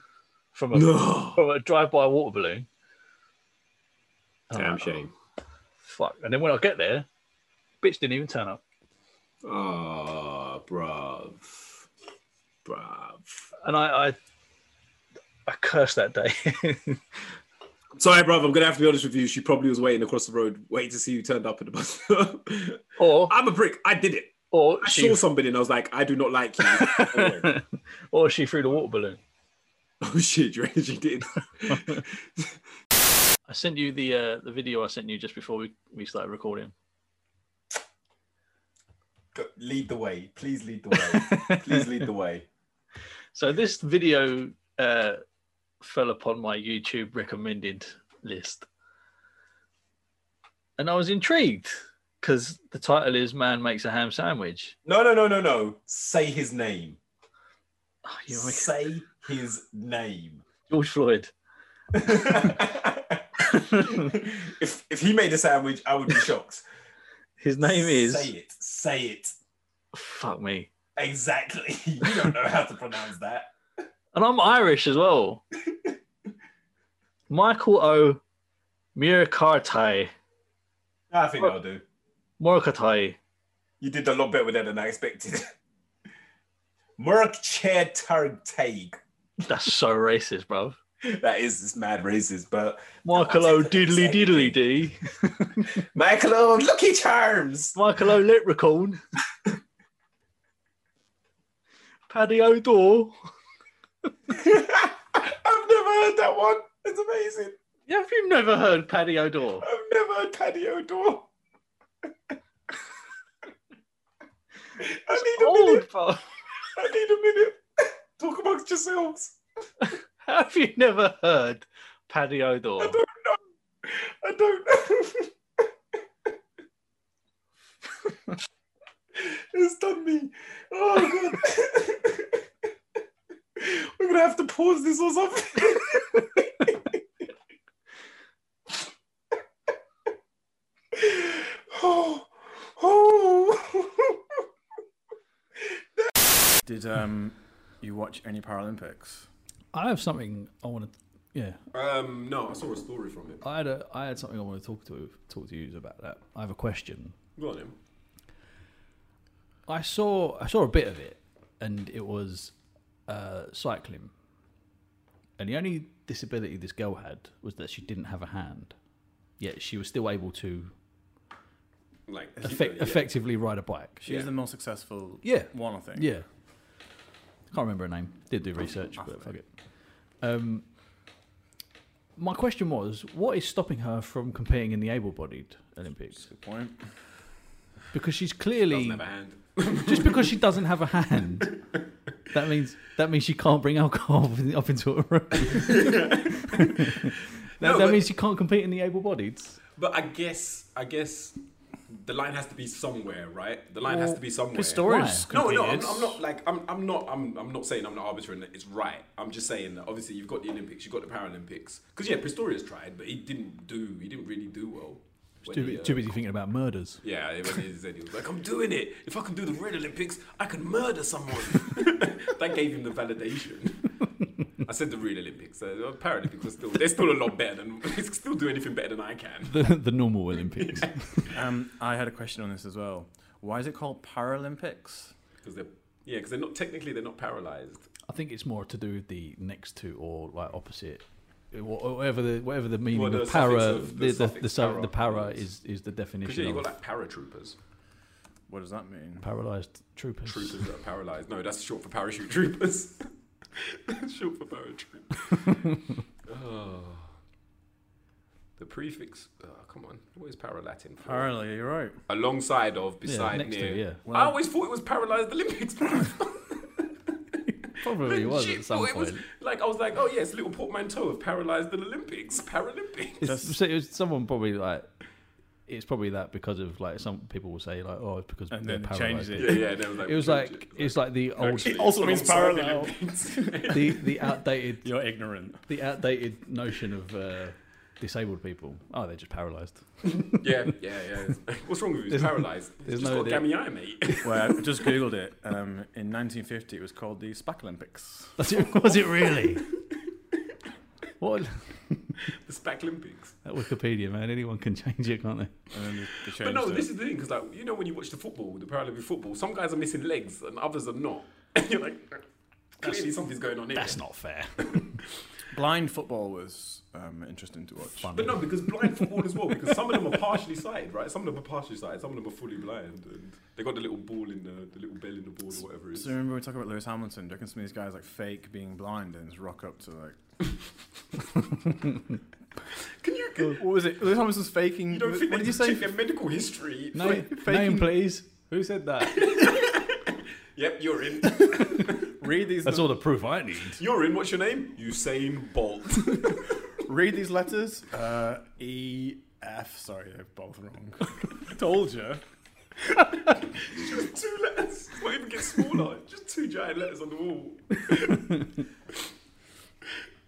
S2: from a
S13: No.
S2: from a drive-by water balloon. And I'm
S13: Damn
S2: like,
S13: shame.
S2: Fuck. And then when I get there, bitch didn't even turn up.
S13: Ah, bruv. Bruv.
S2: And I, I, I cursed that day. [laughs]
S13: Sorry, bruv, I'm gonna have to be honest with you. She probably was waiting across the road, waiting to see who turned up at the bus. stop. [laughs]
S2: or,
S13: I'm a brick. I did it.
S2: or
S13: I
S2: she,
S13: saw somebody and I was like, I do not like you.
S2: [laughs]
S13: [laughs] Anyway.
S2: or she threw the water balloon.
S13: oh shit, you actually did.
S2: I sent you the uh, the video I sent you just before we, we started recording.
S13: lead the way. Please lead the way. Please lead the way.
S2: [laughs]
S13: [laughs]
S2: So this video uh, fell upon my YouTube recommended list, and I was intrigued because the title is "Man Makes a Ham Sandwich."
S13: No, no, no, no, no. Say his name.
S2: Oh, you know,
S13: Say his name.
S2: George Floyd.
S13: [laughs] if if he made a sandwich, I would
S2: [laughs]
S13: be shocked.
S2: His name
S13: Say
S2: is
S13: it. Say it.
S2: fuck me,
S13: Exactly. [laughs] You don't know how to pronounce that.
S2: and I'm Irish as
S13: [laughs]
S2: well. Michael O. Murakartai.
S13: I think that'll do.
S2: Murakartai.
S13: You did a lot better with that than I expected. Murak Chair Tartag.
S2: That's so racist, bruv.
S13: That is this mad racist, but
S2: Michael O. Diddly Diddly D.
S13: Michael, oh, lucky charms.
S2: Michael O.
S13: [laughs]
S2: Leprechaun. Paddy O'Door.
S13: I've never heard that one. It's amazing.
S2: Have you never heard Paddy O'Door?
S13: I've never heard Paddy O'Dor. I need a minute.
S2: Old, bro.
S13: I need a minute. Talk amongst yourselves.
S2: [laughs] Have you never heard Paddy O'Door?
S13: I don't know. it's done me. Oh god. We're gonna have to pause this or something. oh, oh.
S7: Did um, you watch any Paralympics?
S18: I have something I want to. Yeah,
S3: Um, no, I saw a story from it.
S18: I had a, I had something I want to talk to talk to you about that. I have a question.
S3: Go on, him.
S18: I saw I saw a bit of it, and it was uh, cycling. And the only disability this girl had was that she didn't have a hand, yet she was still able to
S3: Like,
S18: effect, effectively ride a bike.
S7: She was the most successful
S18: Yeah.
S7: one, I think.
S18: Yeah. Can't remember her name. Did do research, but fuck it. Um, my question was, what is stopping her from competing in the able-bodied Olympics?
S7: Good point.
S18: Because she's clearly
S3: Never hand.
S18: just because she doesn't have a hand. That means that means she can't bring alcohol up into a room.
S3: [laughs]
S18: that that
S3: but-
S18: means she can't compete in the able-bodied.
S3: But I guess, I guess the line has to be somewhere, right? The line has
S19: Well,
S3: to be somewhere.
S19: Pistorius Why?
S3: No, no, I'm,
S19: competed.
S3: I'm not like I'm, I'm not I'm, I'm not saying I'm the arbiter and that it's right. I'm just saying that obviously you've got the Olympics, you've got the Paralympics. Because yeah, Pistorius tried, but he didn't do he didn't really do well. when
S2: Too,
S3: he,
S2: bu-
S3: uh,
S2: too busy thinking about murders.
S3: yeah, when he said he was like, I'm doing it. If I can do the Red Olympics, I can murder someone. [laughs] that gave him the validation. I said the real Olympics. Uh, the Paralympics are still they're still a lot better than [laughs] they still do anything better than I can.
S2: [laughs] The, the normal Olympics.
S7: Um, I had a question on this as well. Why is it called Paralympics?
S3: Because they're yeah, because they're not technically they're not paralyzed.
S2: I think it's more to do with the next two or like opposite, or whatever the whatever the meaning
S3: Well, the
S2: of para.
S3: suffix of-
S2: the,
S3: the
S2: the, the,
S3: suffix
S2: su-
S3: para
S2: the para
S3: means-
S2: is, is the
S3: Because
S2: definition
S3: yeah, you
S2: of
S3: got like
S2: [laughs]
S3: paratroopers,
S7: What does that mean?
S2: paralyzed troopers.
S3: troopers that are paralyzed. No, that's short for parachute troopers. [laughs] that's short for paratroopers.
S2: [laughs]
S3: oh. The prefix. Oh, come on, what is para Latin for?
S7: Parallel, you're right.
S3: alongside of
S2: Yeah,
S3: beside
S2: next
S3: near.
S2: to yeah,
S3: [laughs] I always thought it was paralyzed Olympics. [laughs]
S2: probably was
S3: Legit
S2: at some
S3: thought it
S2: point.
S3: was- like I was like, oh yeah, it's a little portmanteau of paralyzed the Olympics, Paralympics.
S2: It's, so it was someone probably like. It's probably that because of like some people will say like oh it's because
S7: And
S2: they're
S7: then it
S2: paralyzed.
S7: changes
S3: [laughs]
S7: it.
S3: yeah, yeah. and they was like,
S2: It was like it's like the old
S3: Actually,
S7: also means
S3: alongside the
S7: parallel.
S3: Olympics.
S2: [laughs] the
S7: [laughs]
S2: the outdated
S7: You're ignorant.
S2: the outdated notion of uh, disabled people. Oh, they're just paralysed. [laughs]
S3: yeah, yeah, yeah. What's wrong with you? He's paralyzed.
S2: there's
S3: He's just
S2: no
S3: got gammy eye, mate. [laughs]
S7: Well, I just googled it. Um, in 1950, it was called the Spac Olympics.
S2: Was it, [laughs] was it
S7: [laughs]
S2: really? what
S3: the SPAC Olympics.
S2: that Wikipedia man? Anyone can change it, can't they?
S7: And then they, they changed
S3: But no,
S7: it.
S3: this is the thing because like you know when you watch the football, the Paralympic football, some guys are missing legs and others are not. [laughs] And you're like, clearly something's going on here.
S2: That's not fair.
S7: Blind football was um, interesting to watch.
S3: But no, because blind football as well, because some of them are partially sighted, right? Some of them are partially sighted, some of them are fully blind. And they got the little ball in the, the little bell in the ball or whatever it is.
S7: So remember we talking about Lewis Hamilton? Do you reckon some of these guys like fake being blind and just rock up to like?
S3: Can you, can,
S7: What was it? Lewis Hamilton's faking.
S3: you don't
S7: what
S3: think they
S7: did you
S3: just
S7: say?
S3: check their medical history?
S2: Name, name please. Who said that?
S3: Yep, you're in.
S7: Read these.
S2: [laughs] That's all the proof I need.
S3: You're in. What's your name? Usain Bolt.
S7: read these letters. Uh, e F. Sorry, they're both wrong. [laughs] Told you.
S3: just two letters. Won't even get smaller. [laughs] Just two giant letters on the wall.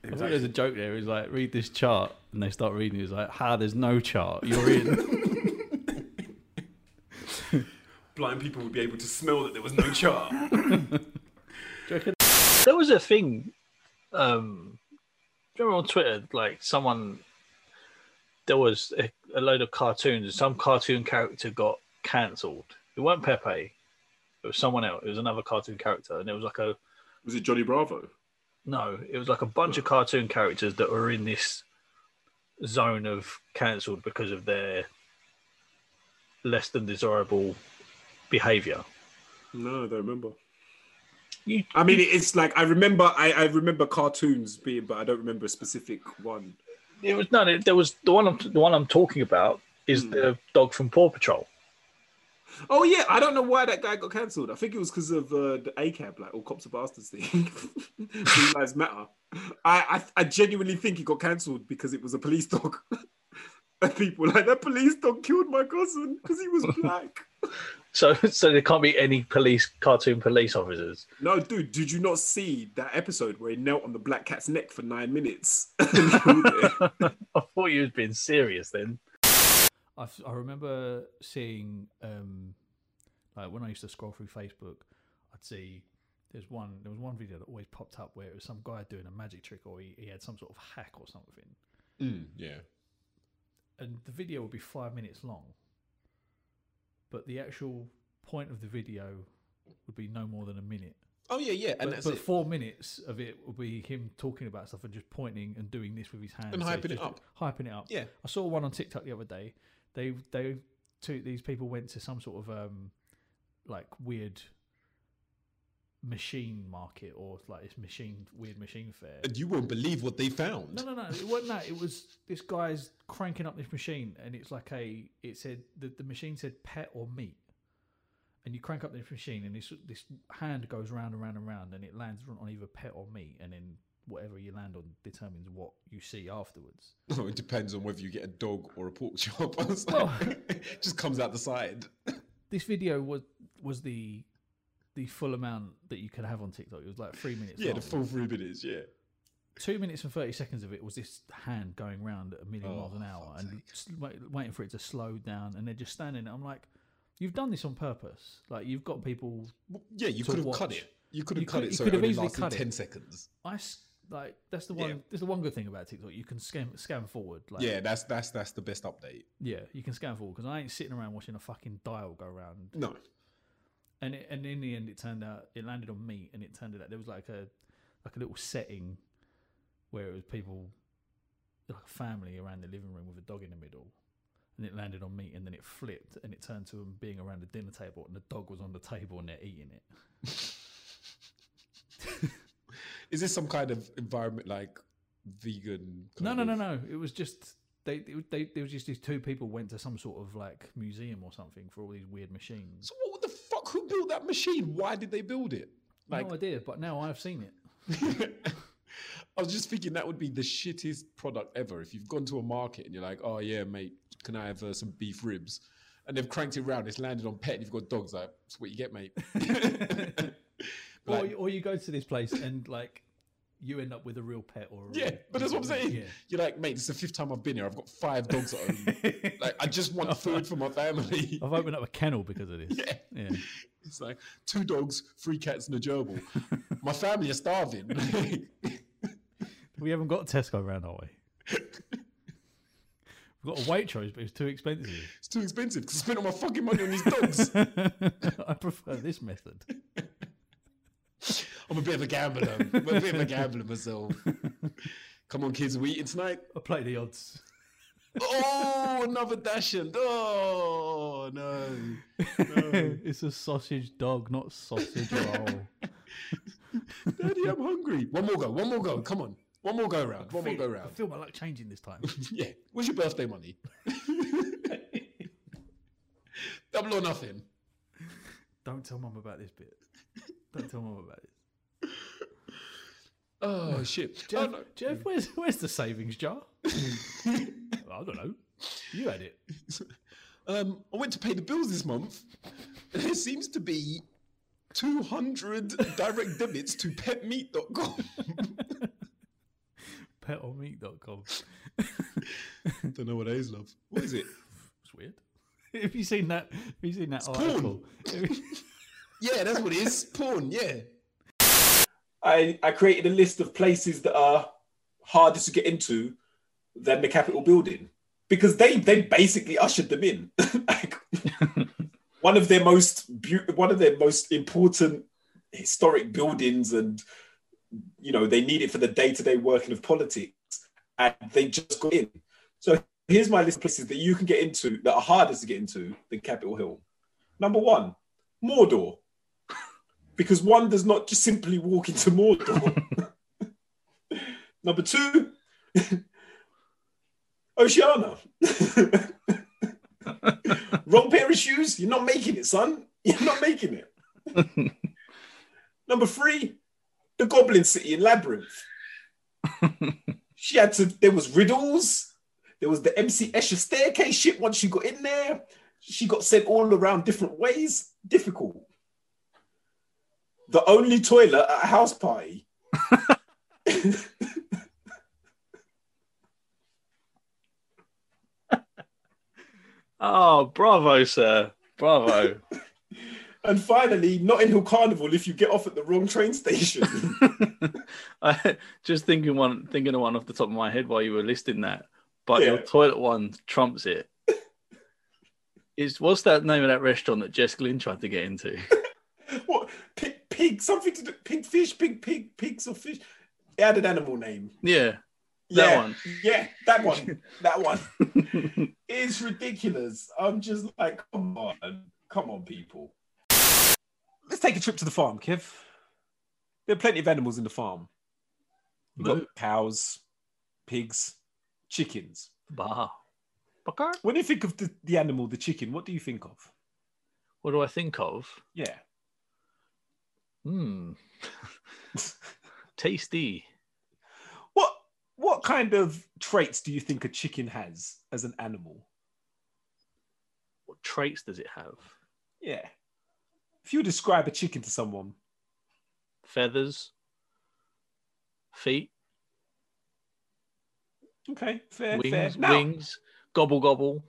S2: I thought there's a joke there. He's like, read this chart, and they start reading. He's like, ha, there's no chart. You're in.
S3: Blind people would be able to smell that there was no chart.
S20: [laughs]
S9: There was a thing. Um, do you remember on Twitter, like someone, there was a, a load of cartoons. and Some cartoon character got cancelled. It weren't Pepe. [laughs] It was someone else. It was another cartoon character, and it was like a
S21: Was it Johnny Bravo?
S9: no. It was like a bunch of cartoon characters that were in this zone of cancelled because of their less than desirable behaviour.
S21: No, I don't remember.
S9: You-
S20: I mean, it's like I remember. I, I remember cartoons being, but I don't remember a specific one.
S9: It was no. It, there was the one. I'm, the one I'm talking about is the dog from Paw Patrol.
S20: Oh yeah, I don't know why that guy got cancelled. I think it was because of uh, the ACAB, like all cops are bastards thing. [laughs] Blue lives matter. I, I I genuinely think he got cancelled because it was a police dog. [laughs] and people were like that police dog killed my cousin because he was black.
S9: So, so there can't be any police cartoon police officers.
S20: no, dude, did you not see that episode where he knelt on the black cat's neck for nine minutes? [laughs] And killed it?
S9: I thought you was being serious then.
S2: I, I remember seeing um, like when I used to scroll through Facebook, I'd see there's one there was one video that always popped up where it was some guy doing a magic trick or he, he had some sort of hack or something,
S13: Mm, [laughs] yeah.
S2: and the video would be five minutes long, but the actual point of the video would be no more than a minute.
S13: Oh yeah, yeah,
S2: But,
S13: and that's
S2: but
S13: it.
S2: four minutes of it would be him talking about stuff and just pointing and doing this with his hands
S13: And
S2: so it's
S13: hyping it
S2: just
S13: up.
S2: hyping it up.
S13: Yeah.
S2: I saw one on TikTok the other day. They they two these people went to some sort of um like weird machine market or like this machine weird machine fair.
S13: And you won't believe what they found.
S2: No, no, no. It wasn't that. It was this guy's cranking up this machine, and it's like a. It said the, the machine said pet or meat, and you crank up this machine, and this this hand goes round and round and round, and it lands on either pet or meat, and then whatever you land on determines what you see afterwards.
S13: Oh, it depends on whether you get a dog or a pork chop. I was like, it just comes out the side.
S2: This video was was the the full amount that you can have on TikTok. It was like three minutes.
S13: yeah,
S2: long.
S13: the full three minutes. Yeah.
S2: Two minutes and thirty seconds of it was this hand going round at a million miles an hour and s- wait, waiting for it to slow down, and they're just standing. there. I'm like, you've done this on purpose. Like you've got people.
S13: Yeah, you
S2: to
S13: could have cut
S2: watch.
S13: it. You could have cut
S2: could-
S13: it
S2: you
S13: so
S2: could
S13: it
S2: have
S13: only
S2: easily
S13: lasted
S2: cut it.
S13: ten seconds.
S2: I s- like that's the one. That's the one good thing about TikTok. You can scan scan forward. Like,
S13: yeah, that's that's that's the best update.
S2: Yeah, you can scan forward because I ain't sitting around watching a fucking dial go round.
S13: No.
S2: And it, and in the end, it turned out it landed on me, and it turned out there was like a like a little setting where it was people like a family around the living room with a dog in the middle, and it landed on me, and then it flipped, and it turned to them being around the dinner table, and the dog was on the table, and they're eating it.
S13: Is this some kind of environment like vegan?
S2: No,
S13: kind
S2: no,
S13: of-
S2: no, no. It was just they, they, they. There was just these two people went to some sort of like museum or something for all these weird machines.
S13: So what the fuck? Who built that machine? Why did they build it? Like,
S2: no idea, but now I've seen it.
S13: I was just thinking that would be the shittest product ever. If you've gone to a market and you're like, oh yeah, mate, can I have uh, some beef ribs? And they've cranked it round, it's landed on pet, and you've got dogs like, that's what you get, mate.
S2: or, or you go to this place and like you end up with a real pet or a
S13: Yeah,
S2: real-
S13: but that's what I'm saying.
S2: Yeah.
S13: You're like, mate, it's the fifth time I've been here. I've got five dogs at home. like, I just want food for my family.
S2: I've opened up a kennel because of
S13: [laughs]
S2: this. Yeah.
S13: It's like two dogs, three cats, and a gerbil. my family are starving. [laughs]
S2: We haven't got Tesco around our way. We've got a Waitrose, but it's too expensive. [laughs]
S13: it's too expensive because I spent all my fucking money on these dogs.
S2: I prefer this method.
S13: I'm a bit of a gambler. I'm a bit of a gambler myself. Come on, kids, are we eating tonight?
S2: I play the odds.
S13: Oh, another dashing. Oh, no.
S2: [laughs] it's a sausage dog, not sausage roll.
S13: Daddy, I'm hungry. One more go. One more go. Come on. One more go round. One more [laughs] go
S2: I
S13: round.
S2: feel my luck changing this time.
S13: [laughs] Yeah. What's your
S2: [laughs]
S13: birthday money? Double or nothing.
S2: Don't tell mum about this bit. Don't tell mum about this.
S13: Oh, shit.
S2: Jeff,
S13: Oh, no.
S2: Jeff where's, where's the savings
S13: [laughs]
S2: jar? I don't know. You had it.
S13: Um, I went to pay the bills this month. There seems to be 200 direct debits to [laughs] petmeat.com. [laughs]
S2: Petonmeat.com.
S13: Don't know what that is, love. What is it?
S2: It's weird. Have you seen that? Have you seen that
S13: porn.
S2: article?
S13: Yeah, that's what it is. Porn, yeah.
S3: I, I created a list of places that are hardest to get into than the Capitol building because they they basically ushered them in. [laughs] Like, one of their most beau- one of their most important historic buildings, and you know they need it for the day to day working of politics, and they just got in. So here's my list of places that you can get into that are hardest to get into than Capitol Hill. Number one, Mordor because one does not just simply walk into Mordor. [laughs] Number two, [laughs] Oceana. [laughs] Wrong pair of shoes. You're not making it, son. You're not making it. Number three, the Goblin City in Labyrinth. she had to. There was riddles. There was the MC Escher staircase shit. Once she got in there, she got sent all around different ways. Difficult the only toilet at a house party.
S9: Oh, bravo, sir. Bravo.
S3: And finally, Notting Hill Carnival if you get off at the wrong train station.
S9: [laughs]
S3: [laughs]
S9: I, just thinking one, thinking of one off the top of my head while you were listing that, but
S3: Yeah.
S9: your toilet one trumps it. Is what's that name of that restaurant that Jess Glynn tried to get into? [laughs]
S3: what? Pig, pig, something to do. Pig fish, pig, pig, pigs or fish. It had an animal name.
S9: Yeah, that
S3: yeah,
S9: one.
S3: Yeah, that
S9: [laughs]
S3: one. that one. it's ridiculous. I'm just like, come on. Come on, people. Let's take a trip to the farm, Kev. There are plenty of animals in the farm. You've got cows, pigs, chickens.
S9: Bah. Bakar?
S3: When you think of the, the animal, the chicken, what do you think of?
S9: What do I think of?
S3: Yeah.
S9: Hmm. [laughs] Tasty.
S3: what kind of traits do you think a chicken has as an animal?
S9: What traits does it have?
S3: Yeah. If you describe a chicken to someone,
S9: Feathers, feet,
S3: okay, fair, fair.
S9: wings,
S3: Now,
S9: wings, gobble gobble.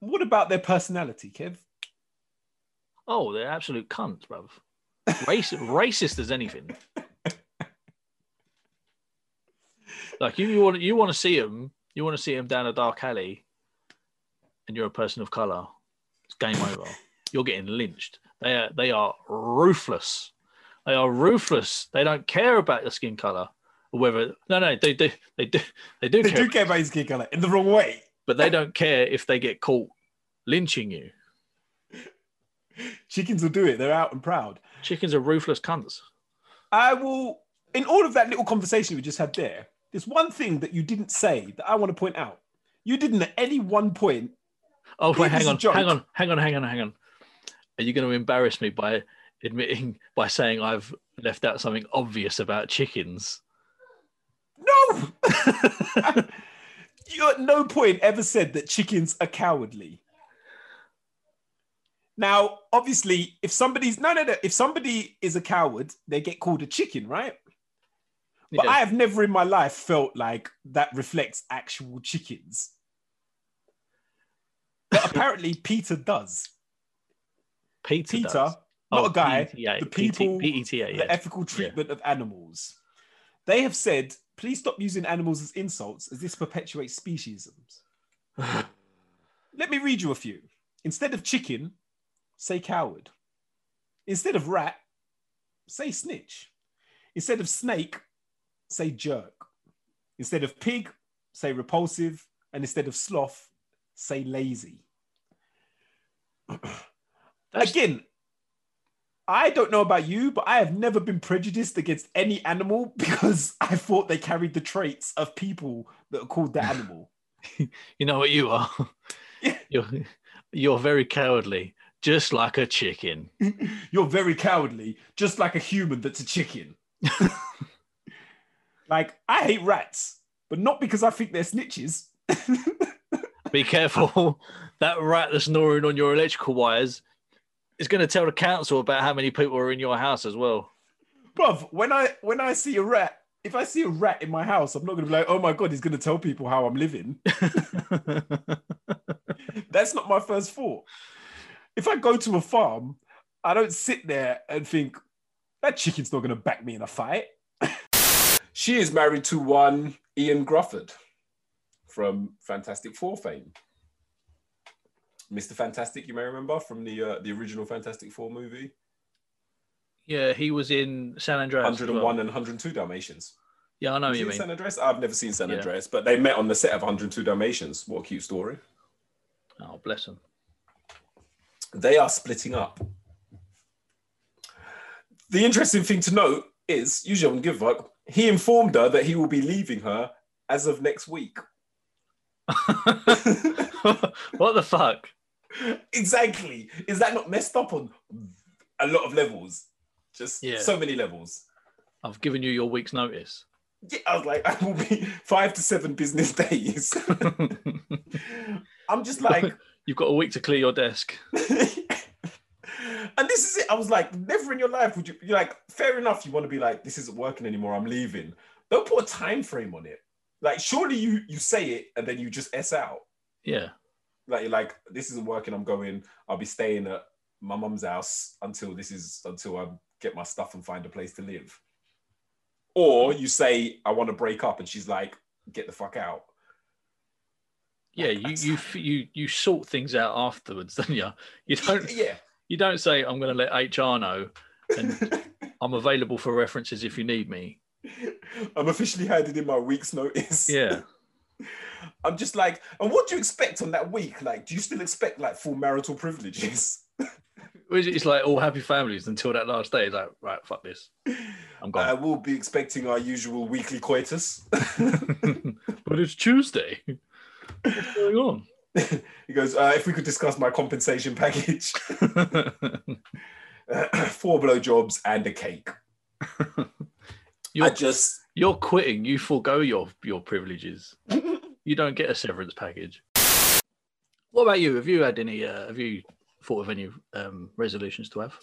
S3: what about their personality, Kev?
S9: Oh, they're absolute cunts, bruv.
S3: [laughs]
S9: Race, racist as anything. like you, you want you want to see them. You want to see them down a dark alley, and you're a person of color. It's game over. You're getting lynched. They are they are ruthless. They are ruthless. They don't care about your skin color or whether no no they do they do they do
S3: They
S9: care,
S3: do care about his skin color in the wrong way.
S9: but they don't care if they get caught lynching you.
S3: Chickens will do it. They're out and proud.
S9: Chickens are ruthless cunts.
S3: I will, in all of that little conversation we just had there, there's one thing that you didn't say that I want to point out. You didn't at any one point.
S9: Oh
S3: It
S9: wait, hang
S3: is a
S9: on,
S3: joke.
S9: hang on, hang on, hang on, hang on. Are you going to embarrass me by admitting by saying I've left out something obvious about chickens?
S3: No! [laughs] you at no point ever said that chickens are cowardly. Now, obviously, if somebody's no, no, no, if somebody is a coward, they get called a chicken, right? But
S9: Yeah.
S3: I have never in my life felt like that reflects actual chickens. But apparently, Peter does.
S9: Peter,
S3: Peter,
S9: does.
S3: not
S9: Oh,
S3: a guy.
S9: PETA,
S3: the people,
S9: PETA, E yeah.
S3: the ethical treatment of animals. They have said, please stop using animals as insults, as this perpetuates
S9: [laughs]
S3: speciesisms. Let me read you a few. Instead of chicken, say coward. Instead of rat, say snitch. Instead of snake, say jerk. Instead of pig, say repulsive. And instead of sloth, say lazy. [clears throat] Again, I don't know about you, but I have never been prejudiced against any animal [laughs] because I thought they carried the traits of people that are called the animal.
S9: You know what
S3: [laughs]
S9: you are? [laughs] you're you're very cowardly, just like a chicken.
S3: You're very cowardly, just like a human that's a chicken. like, I hate rats, but not because I think they're snitches.
S9: Be careful. [laughs] that rat that's gnawing on your electrical wires is going to tell the council about how many people are in your house as well.
S3: Bruv, when I when I see a rat, if I see a rat in my house, I'm not gonna be like, oh my god, he's gonna tell people how I'm living. That's not my first thought. If I go to a farm, I don't sit there and think that chicken's not gonna back me in a fight. [laughs] she is married to one Ian Grufford from Fantastic Four fame. Mr. Fantastic, you may remember from the uh, the original Fantastic Four movie,
S9: Yeah, he was in San Andreas. as
S3: 101
S9: well.
S3: and 102 Dalmatians.
S9: Yeah, I know what
S3: Have
S9: you
S3: you
S9: mean.
S3: seen San Andreas? I've never seen San
S9: Yeah.
S3: Andreas, but they met on the set of 102 Dalmatians. What a cute story.
S9: Oh, bless him.
S3: They are splitting up. The interesting thing to note is, usually I wouldn't give a fuck, he informed her that he will be leaving her as of next week.
S9: [laughs] what the fuck?
S3: Exactly. Is that not messed up on a lot of levels? Just
S9: Yeah.
S3: so many levels.
S9: I've given you your week's notice. [laughs]
S3: Yeah, I was like, [laughs] I will be five to seven business [laughs] days. I'm just like,
S9: You've got a week to clear your desk.
S3: [laughs] And this is it. I was like, never in your life would you you're like, fair enough, you want to be like, this isn't working anymore, I'm leaving. Don't put a time frame on it. Like, surely you you say it and then you just S out.
S9: Yeah.
S3: Like you're like, this isn't working, I'm going, I'll be staying at my mum's house until this is until I get my stuff and find a place to live. Or you say, I want to break up, and she's like, get the fuck out.
S9: Yeah, you you f- you you sort things out afterwards, [laughs] don't you? You don't
S3: [laughs] Yeah.
S9: you don't say I'm going to let HR know, and I'm available for references if you need me.
S3: I'm officially handed in my week's notice.
S9: Yeah,
S3: I'm just like, and what do you expect on that week? Like, do you still expect like full marital privileges?
S9: it's it's like all happy families until that last day. It's like right, fuck this, I'm
S3: I
S9: gone.
S3: will Uh, be expecting our usual weekly coitus. [laughs]
S9: but it's Tuesday. What's going on?
S3: He goes, uh, if we could discuss my compensation package [laughs] four blowjobs and a cake.
S9: Your-
S3: I just,
S9: You're quitting. You forego your your
S3: [laughs]
S9: privileges. you don't get a severance package. What about you? Have you had any? Uh, have you thought of any um, resolutions to have?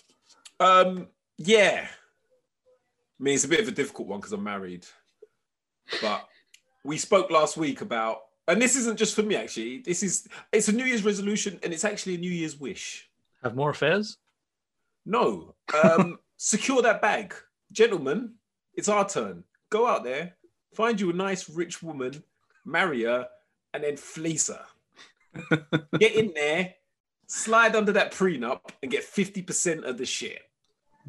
S3: Um, yeah. I mean, it's a bit of a difficult one because I'm married. But we spoke last week about, and this isn't just for me actually. This is it's a New Year's resolution, and it's actually a New Year's wish.
S9: Have more affairs?
S3: No. Um, secure that bag, gentlemen. It's our turn. Go out there, find you a nice rich woman, marry her, and then fleece her. get in there, slide under that prenup, and get fifty percent of the shit.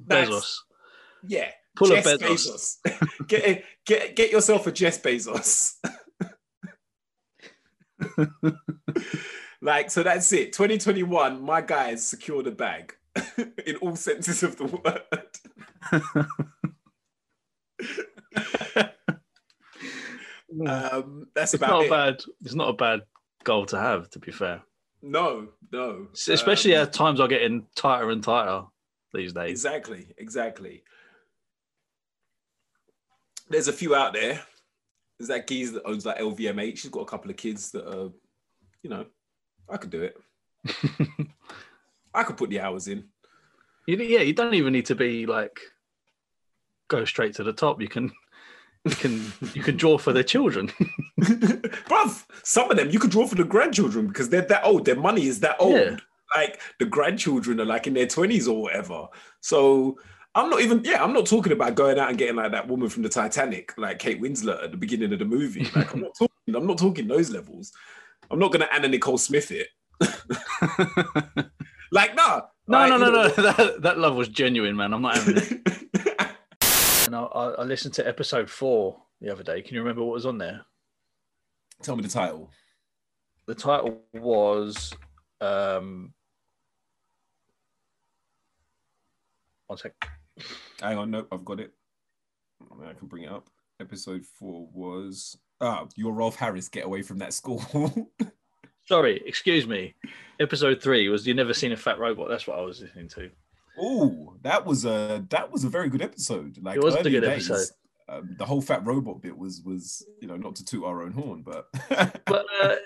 S3: That's-
S9: Bezos.
S3: yeah.
S9: Pull a
S3: Jeff
S9: Bezos.
S3: Bezos. [laughs] get, get, get yourself a Jeff Bezos. [laughs] like, so that's it. 2021, my guys secured a bag [laughs] in all senses of the word.
S9: [laughs]
S3: um, that's
S9: it's
S3: about
S9: not
S3: it.
S9: a bad. It's not a bad goal to have. To be fair,
S3: No, no.
S9: S- especially
S3: Um,
S9: as times are getting tighter and tighter these days.
S3: Exactly, exactly. There's a few out there. There's that geezer that owns like LVMH. She's got a couple of kids that are, you know, I could do it. I could put the hours in.
S9: You, yeah, you don't even need to be like go straight to the top. You can, you can, you can draw for their children. [laughs]
S3: Bruv, some of them you could draw for the grandchildren because they're that old. Their money is that old.
S9: Yeah.
S3: Like the grandchildren are like in their 20s or whatever. So I'm not even, yeah, I'm not talking about going out and getting like that woman from the Titanic, like Kate Winslet at the beginning of the movie. Like
S9: [laughs]
S3: I'm not talking, I'm not talking those levels. I'm not gonna Anna Nicole Smith
S9: [laughs]
S3: it. like, nah.
S9: No,
S3: Like,
S9: no,
S3: you
S9: no, [laughs]
S3: know, [laughs]
S9: no. That, that love was genuine, man. I'm not having it. and I, I I listened to episode four the other day. Can you remember what was on there?
S3: Tell me the title.
S9: The title was. Um, one sec.
S11: Hang on, no, I've got it. I, mean, I can bring it up. Episode four was ah,
S3: your Rolf Harris get away from
S11: [laughs]
S3: that school.
S9: Sorry, excuse me. Episode three was You Never Seen a Fat Robot. That's what I was listening to.
S11: Oh, that was a that was a very good episode. Like
S9: It was a
S11: early
S9: good
S11: days,
S9: episode.
S11: Um, the whole fat robot bit was was you know not to toot our own horn, but [laughs]
S9: But uh,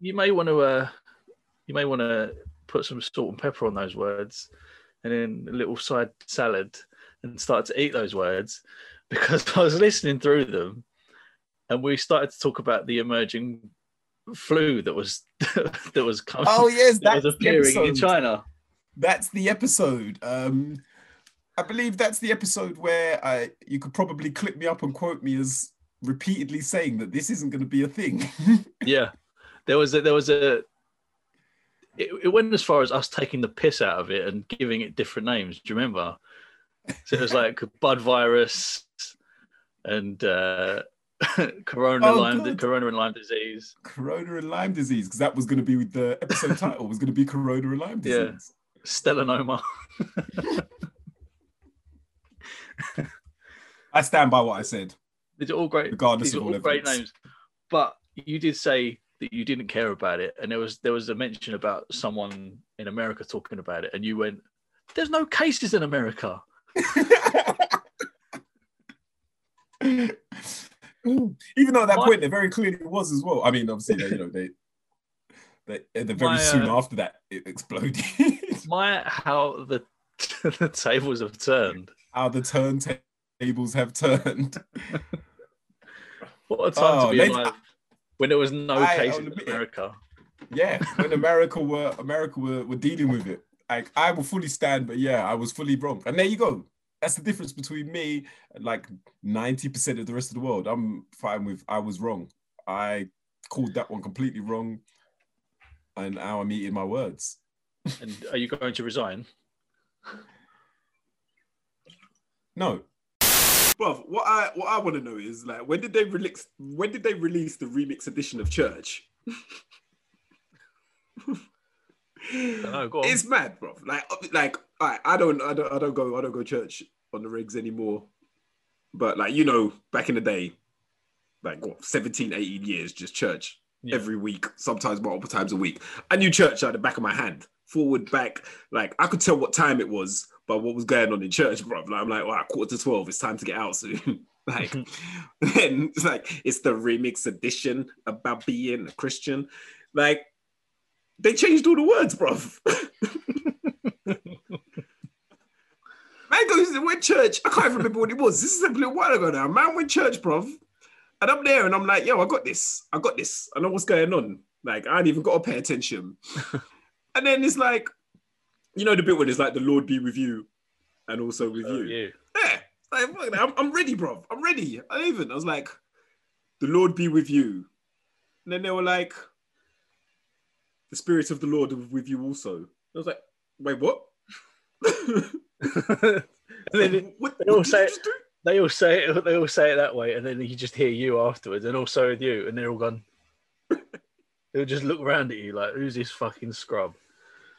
S9: you may want to uh, you may want to put some salt and pepper on those words, and then a little side salad, and start to eat those words, because [laughs] I was listening through them, and we started to talk about the emerging flu that was [laughs] that was coming.
S11: Oh,
S9: [laughs]
S11: yes,
S9: that was
S11: that's the
S9: appearing in
S11: episode.
S9: China.
S11: that's the episode. Um, I believe that's the episode where I you could probably clip me up and quote me as repeatedly saying that this isn't going to be a thing. [laughs]
S9: yeah there was a there was a it, it went as far as us taking the piss out of it and giving it different names do you remember so it was like bud virus and uh [laughs] corona
S11: Oh,
S9: lyme
S11: God.
S9: corona and lyme disease
S11: corona and Lyme disease, because that was going to be with the
S9: [laughs]
S11: episode title was going to be Corona and Lyme disease.
S9: yeah stellanoma
S11: I stand by what I
S9: [laughs]
S11: said.
S9: [laughs] these are all great
S11: Regardless
S9: these
S11: of
S9: are
S11: all
S9: all great
S11: evidence.
S9: names but you did say that you didn't care about it and there was there was a mention about someone in america talking about it and you went there's no cases in america
S11: Even though at that
S9: My-
S11: point there very clearly was as well. I mean, obviously, they, you know, they, they, and then very
S9: My,
S11: soon
S9: uh,
S11: after that it exploded. [laughs]
S9: my how the [laughs] the tables have turned.
S11: How the turntables have turned.
S9: What a time
S11: Oh,
S9: to be
S11: let's-
S9: alive when there was no
S11: I-
S9: case
S11: I'll
S9: in
S11: admit it.
S9: America.
S11: yeah, when America were America were, were dealing with it. Like I will fully stand, but yeah, I was fully wrong. And there you go. That's the difference between me and like 90% of the rest of the world. I'm fine with I was wrong. I called that one completely wrong. And now I'm eating my words.
S9: And are you going to resign?
S11: No.
S22: Bruv, what I what I want to know is like when did they release when did they release the remix edition of Church?
S9: No, go on.
S22: It's mad, bro. Like, ob- like I, I don't, I don't, I don't go, I don't go church on the rigs anymore. But like you know, back in the day, like what 17, 18 years, just church every week, sometimes multiple times a week. I knew church out the back of my hand, forward, back. Like I could tell what time it was, but what was going on in church, bro. Like I'm like, all right, quarter to twelve, it's time to get out soon. [laughs]
S3: Like, then it's like it's the remix edition about being a Christian. Like, they changed all the words, bruv. man goes to went church. I can't even remember what it was. This is a little while ago now. Man went church, bruv. And I'm there and I'm like, yo, I got this. I got this. I know what's going on. Like, I ain't even got to pay attention. and then it's like, you know, the bit when it's like, the Lord be with you and also with
S9: Oh,
S3: you. Yeah. Like, fuck that. I'm, I'm ready, bro. I'm ready. I even, I was like, the Lord be with you. And then they were like, the spirit of the Lord is with you also. I was like, wait,
S9: [laughs]
S3: what?
S9: And then they all say it, they all say it, they all say it that way, and then you just hear you afterwards, and also with you, and they're all
S11: [laughs]
S9: gone. They'll just look around at you like, "Who's this fucking scrub?"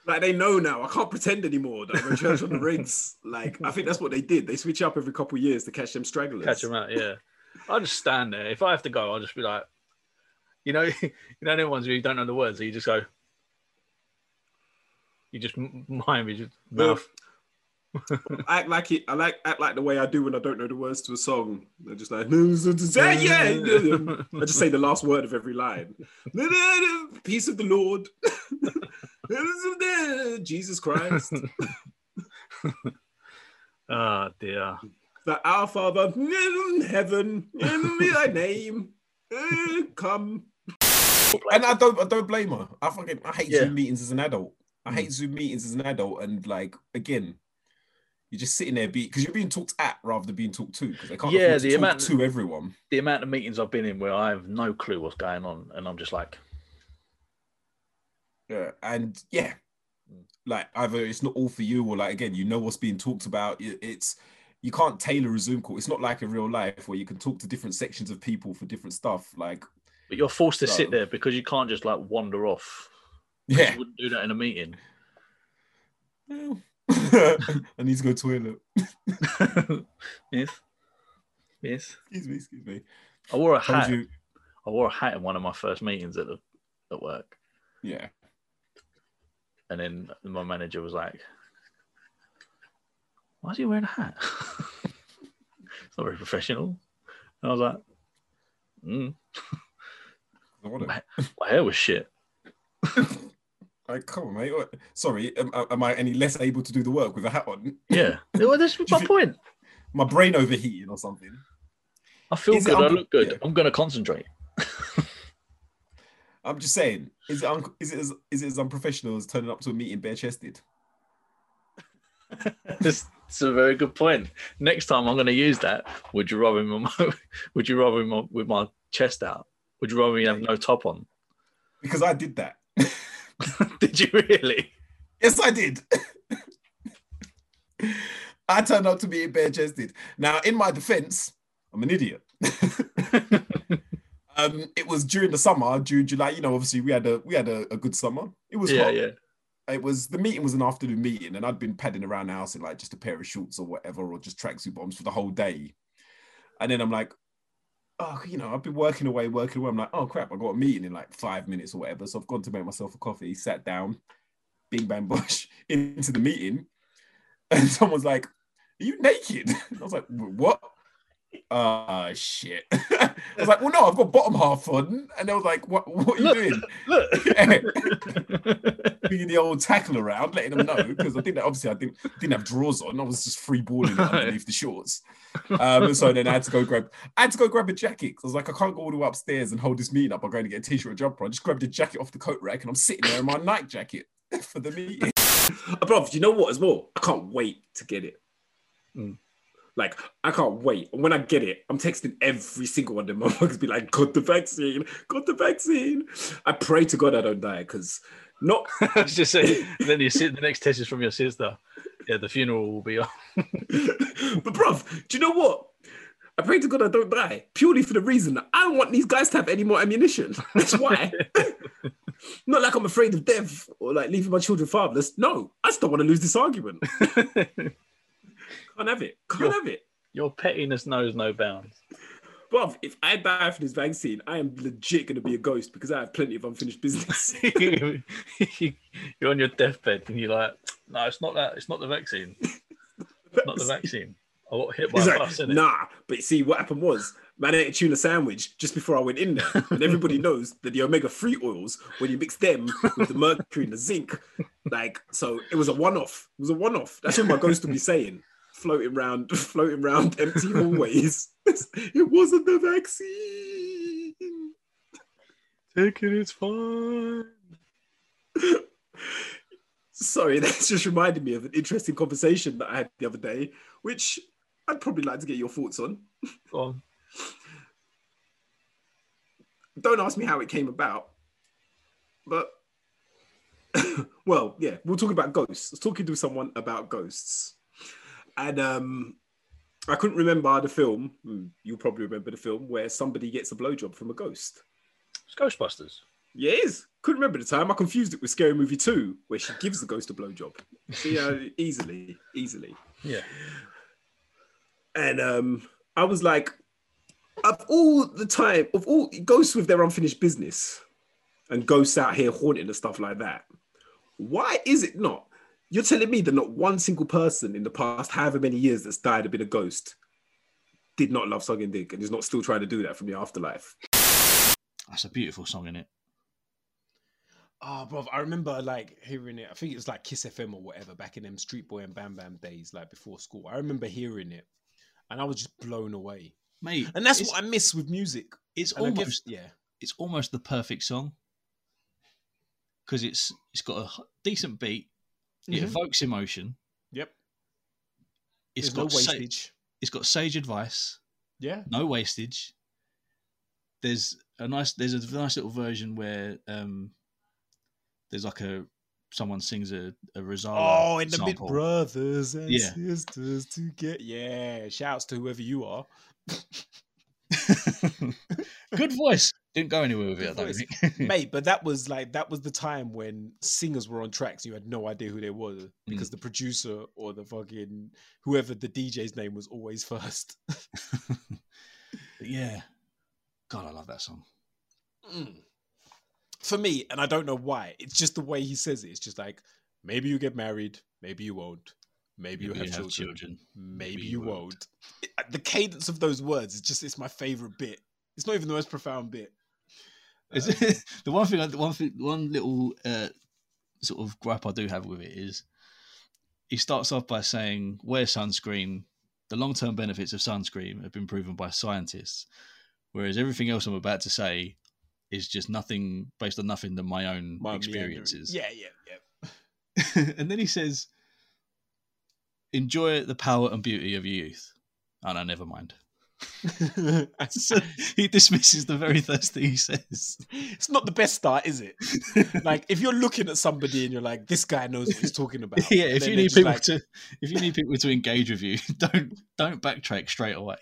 S3: Like they know now. I can't pretend anymore that I'm in church on
S9: [laughs]
S3: the rings. Like I think that's what they did. They switch up every couple of years to catch them stragglers.
S9: Catch them out, yeah. I'll just stand there. If I have to go, I'll just be like, you know, [laughs] you know, the ones where you don't know the words, so you just go, you just m- mime, you just mouth.
S3: act like it. I like act like the way I do when I don't know the words to a song. I'm just like, [laughs] yeah, yeah. I just say the last word of every line. [laughs] Peace of the Lord. Jesus Christ.
S9: Oh dear.
S3: Like our Father in heaven, in thy name, eh, come. And I don't, I don't blame her. I fucking, I hate Zoom meetings as an adult. I hate Zoom meetings as an adult, and like again, you're just sitting there because you're being talked at rather than being talked to because they can't
S9: Yeah,
S3: afford to
S9: the
S3: talk
S9: amount-
S3: to everyone.
S9: The amount of meetings I've been in where I have no clue what's going on, and I'm just like,
S3: Yeah, and yeah, like either it's not all for you, or like again, you know what's being talked about. It- It's you can't tailor a Zoom call. It's not like in real life where you can talk to different sections of people for different stuff. Like
S9: but you're forced to
S3: No.
S9: sit there because you can't just like wander off.
S3: Yeah.
S9: you wouldn't do that in a meeting.
S3: [laughs] I need to go toilet.
S9: yes. Yes.
S3: Excuse me, excuse me.
S9: I wore a
S3: How would
S9: hat.
S3: you-
S9: I wore a hat in one of my first meetings at the, at work.
S3: Yeah.
S9: And then my manager was like, "Why is he wearing a hat? [laughs] it's not very professional." And I was like, mm. my, my hair was shit.
S3: Like, come on, mate. What- Sorry, am, am I any less able to do the work with a hat on? [laughs]
S9: Yeah. Well, that's my point.
S3: My brain overheating or something.
S9: I feel
S3: Is it
S9: good. I
S3: un-
S9: look good. I'm going to concentrate.
S3: I'm just saying, is it un- is it as is it as unprofessional as turning up to a meeting bare chested?
S9: It's it's a very good point. Next time I'm going to use that. Would you rather me? [laughs] Would you rather me with my chest out? Would you rather me have no top on?
S3: Because I did that.
S9: [laughs] did you really?
S3: Yes, I did. I turned out to be bare chested. Now, in my defense, I'm an
S9: [laughs]
S3: idiot. um, it was during the summer, June, July. You know, obviously we had a we had a, a good summer. It was
S9: Yeah,
S3: hot.
S9: yeah.
S3: It was the meeting was an afternoon meeting, and I'd been padding around the house in like just a pair of shorts or whatever, or just tracksuit bottoms for the whole day. And then I'm like, oh, you know, I've been working away, working away. I'm like, oh crap, I got a meeting in like five minutes or whatever. So I've gone to make myself a coffee, sat down, bing bang bosh [laughs] into the meeting. And [laughs] someone's like, Are you naked? [laughs] I was like, "Wh- What? Ah, shit. [laughs] I was like, Well, no, I've got bottom half on. And they was like, What, what are you doing? [laughs]
S9: Look.
S3: Being the old tackle around, letting them know. Because I think that obviously I didn't, didn't have drawers on. I was just free [laughs] balling underneath the shorts. Um, and so then I had to go grab, I had to go grab a jacket. 'cause I was like, I can't go all the way upstairs and hold this meeting up. I'm going to get a t-shirt or jumper. I just grabbed a jacket off the coat rack and I'm sitting there in my night jacket [laughs] for the [laughs] meeting. Bro, you know what as well? I can't wait to get it. Hmm. Like, I can't wait. And when I get it, I'm texting every single one of them [laughs] motherfuckers, be like, got the vaccine, got the vaccine. I pray to God I don't die because not
S9: I was just saying. and [laughs] then you sit. The next test is from your sister. Yeah, the funeral will be on. [laughs]
S3: [laughs] But bruv, do you know what? I pray to God I don't die purely for the reason that I don't want these guys to have any more ammunition. [laughs] That's why. Not like I'm afraid of death or like leaving my children fatherless. No, I just don't want to lose this argument. Can't have it. Can't have it.
S9: Your pettiness knows no bounds. [laughs]
S3: Bruv, if I die from this vaccine, I am legit going to be a ghost because I have plenty of unfinished business. [laughs]
S9: You're
S3: [laughs]
S9: on your deathbed and you're like, no, it's not that. It's not the vaccine. It's not the vaccine. I got hit by
S23: He's
S9: a
S23: like,
S9: bus, innit?
S23: nah, but see what happened was man ate a tuna sandwich just before I went in there, and
S9: [laughs]
S23: everybody knows that the omega three oils when you mix them with the mercury and the zinc, like so it was a one off. It was a one off. That's what my ghost will be saying, floating round, [laughs] floating round empty hallways. [laughs] it wasn't the vaccine.
S9: Take it, it's fine.
S23: [laughs] Sorry, [laughs] that's just reminded me of an interesting conversation that I had the other day, which I'd probably like to get your thoughts on.
S9: Go on.
S23: Don't ask me how it came about, but [coughs] well, yeah, we'll talk about ghosts. I was talking to someone about ghosts, and um, I couldn't remember the film. Hmm, You'll probably remember the film where somebody gets a blowjob from a ghost.
S9: It's Ghostbusters.
S23: Yeah, it is. Couldn't remember the time. I confused it with Scary Movie 2, where she gives the ghost a blowjob. You know, easily, easily.
S9: Yeah.
S23: And um, I was like, of all the time, of all ghosts with their unfinished business and ghosts out here haunting and stuff like that, why is it not? You're telling me that not one single person in the past however many years that's died have been a ghost did not love sucking dick and is not still trying to do that from the afterlife.
S13: That's a beautiful song, in it?
S3: Oh, bro, I remember like hearing it. I think it was like Kiss FM or whatever back in them Street Boy and Bam Bam days, like before school. I remember hearing it, and I was just blown away,
S13: mate.
S3: And that's
S13: it's-
S3: what I miss with music.
S13: It's
S3: And I give-
S13: almost
S3: yeah.
S13: It's almost the perfect song because it's it's got a h- decent beat. It
S3: Mhm.
S13: evokes emotion.
S3: Yep.
S13: It's
S3: There's no
S13: got sa-
S3: wastage.
S13: it's got sage advice.
S3: Yeah.
S13: No wastage. [laughs] There's a nice there's a nice little version where um there's like a someone sings a, a Rosala.
S3: Oh, in the mid
S13: sample.
S3: brothers and
S13: Yeah. [laughs]
S3: sisters to get yeah. Shouts to whoever you are.
S13: Good voice. Didn't go anywhere with it, I
S3: Good
S13: don't
S3: voice.
S13: think.
S3: Mate, but that was like that was the time when singers were on tracks and you had no idea who they were
S13: Mm.
S3: because the producer or the fucking whoever the DJ's name was always [laughs] first.
S13: But yeah. God, I love that song.
S3: Mm. For me, and I don't know why, it's just the way he says it. It's just like maybe you get married, maybe you won't, maybe, you have, children, maybe, you won't. It- uh, the cadence of those words is just it's my favorite bit. It's not even the most profound bit.
S13: Is
S3: Uh,
S13: it, the one thing, I- the one thing, one little uh, sort of gripe I do have with it is he starts off by saying, "Wear sunscreen. The long-term benefits of sunscreen have been proven by scientists." Whereas everything else I'm about to say is just nothing based on nothing than my own
S3: My
S13: experiences.
S3: meandering. Yeah, yeah, yeah.
S13: and then he says, "Enjoy the power and beauty of your youth." Oh no, never mind. So [laughs] he dismisses the very first thing he says.
S3: It's not the best start, is
S13: [laughs]
S3: it? like if you're looking at somebody and you're like, this guy knows what he's talking about.
S13: [laughs] yeah,
S3: and
S13: if
S3: then they're
S13: you need
S3: just
S13: people
S3: like,
S13: to if you need people to engage with you, [laughs] don't don't backtrack straight away.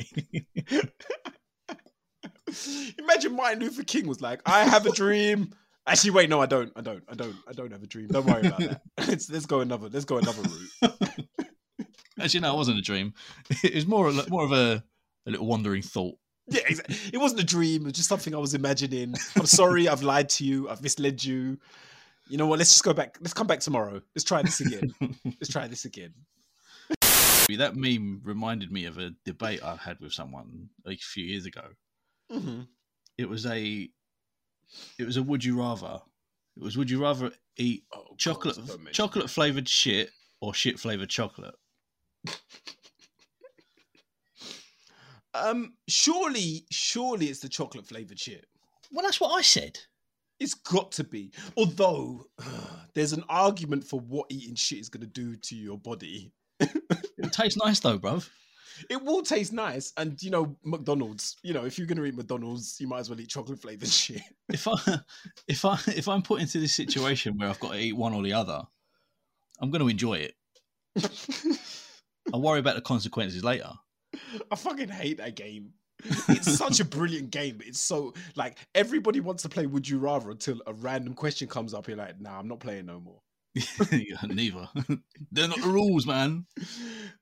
S3: Imagine Martin Luther King was like, I have a dream. Actually, wait, no, I don't. I don't. I don't. I don't have a dream. Don't worry about that. [laughs] let's, let's go another. Let's go another route. [laughs]
S13: As you know, it wasn't a dream. [laughs] It was more a- more of a, a little wandering thought.
S3: Yeah, exactly. it wasn't a dream. It was just something I was imagining. I'm sorry, I've lied to you. I've misled you. You know what? Let's just go back. Let's come back tomorrow. Let's try this
S13: [laughs]
S3: again. let's try this again.
S13: That meme reminded me of a debate I had with someone like a few years ago.
S3: Mhm.
S13: It was a it was a would you rather. It was would you rather eat
S3: Oh,
S13: chocolate
S3: don't mention
S13: chocolate flavored shit or shit flavored chocolate?
S3: Um, surely, surely it's the chocolate flavored shit.
S13: Well, that's what I said.
S3: It's got to be. Although [sighs] there's an argument for what eating shit is going to do to your body.
S13: It tastes nice though, bruv.
S3: It will taste nice, and you know McDonald's. You know, if you're going to eat McDonald's, you might as well eat chocolate flavored [laughs] shit.
S13: if I [laughs] if I if I'm put into this situation where I've got to eat one or the other, I'm going to enjoy it. I worry about the consequences later.
S3: I fucking hate that game. It's such a brilliant game, but it's so like everybody wants to play Would You Rather until a random question comes up. You're like, nah, I'm not playing no more.
S13: [laughs] Yeah, Neither. [laughs] They're not the rules, man.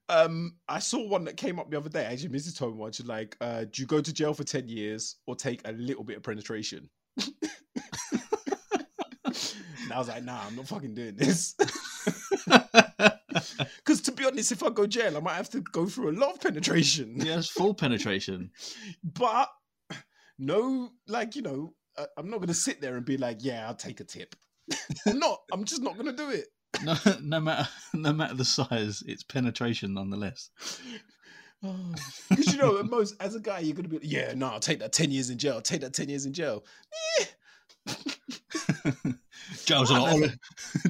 S3: Um, I saw one that came up the other day. Actually, Mrs. Tone one. She's like, uh, "Do you go to jail for ten years or take a little bit of penetration?"
S2: [laughs]
S3: and I was like, "Nah, I'm not fucking doing this." Because to be honest, if I go jail, I might have to go through a lot of penetration.
S2: Yeah, that's full penetration.
S3: But no, like you know, I, I'm not going to sit there and be like, "Yeah, I'll take a tip." I'm not. I'm just not going to do it.
S2: No, [laughs] no matter no matter the size, it's penetration nonetheless.
S3: Because you know, at most as a guy, you're going to be, like, "Yeah, no, I'll take that ten years in jail. I'll take that ten years in jail." [laughs]
S2: Jail's a lot. holi-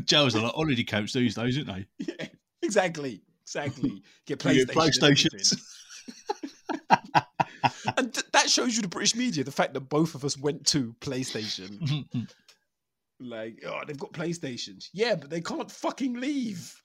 S2: Jail's a lot holiday camps these days, isn't they?
S3: Yeah, exactly,
S2: [laughs]
S3: exactly. Get
S2: You
S3: PlayStation.
S2: get
S3: everything. [laughs] and th- that shows you the British media, the fact that both of us went to
S2: [laughs]
S3: PlayStation. like, oh, they've got PlayStations. Yeah, but they can't fucking leave.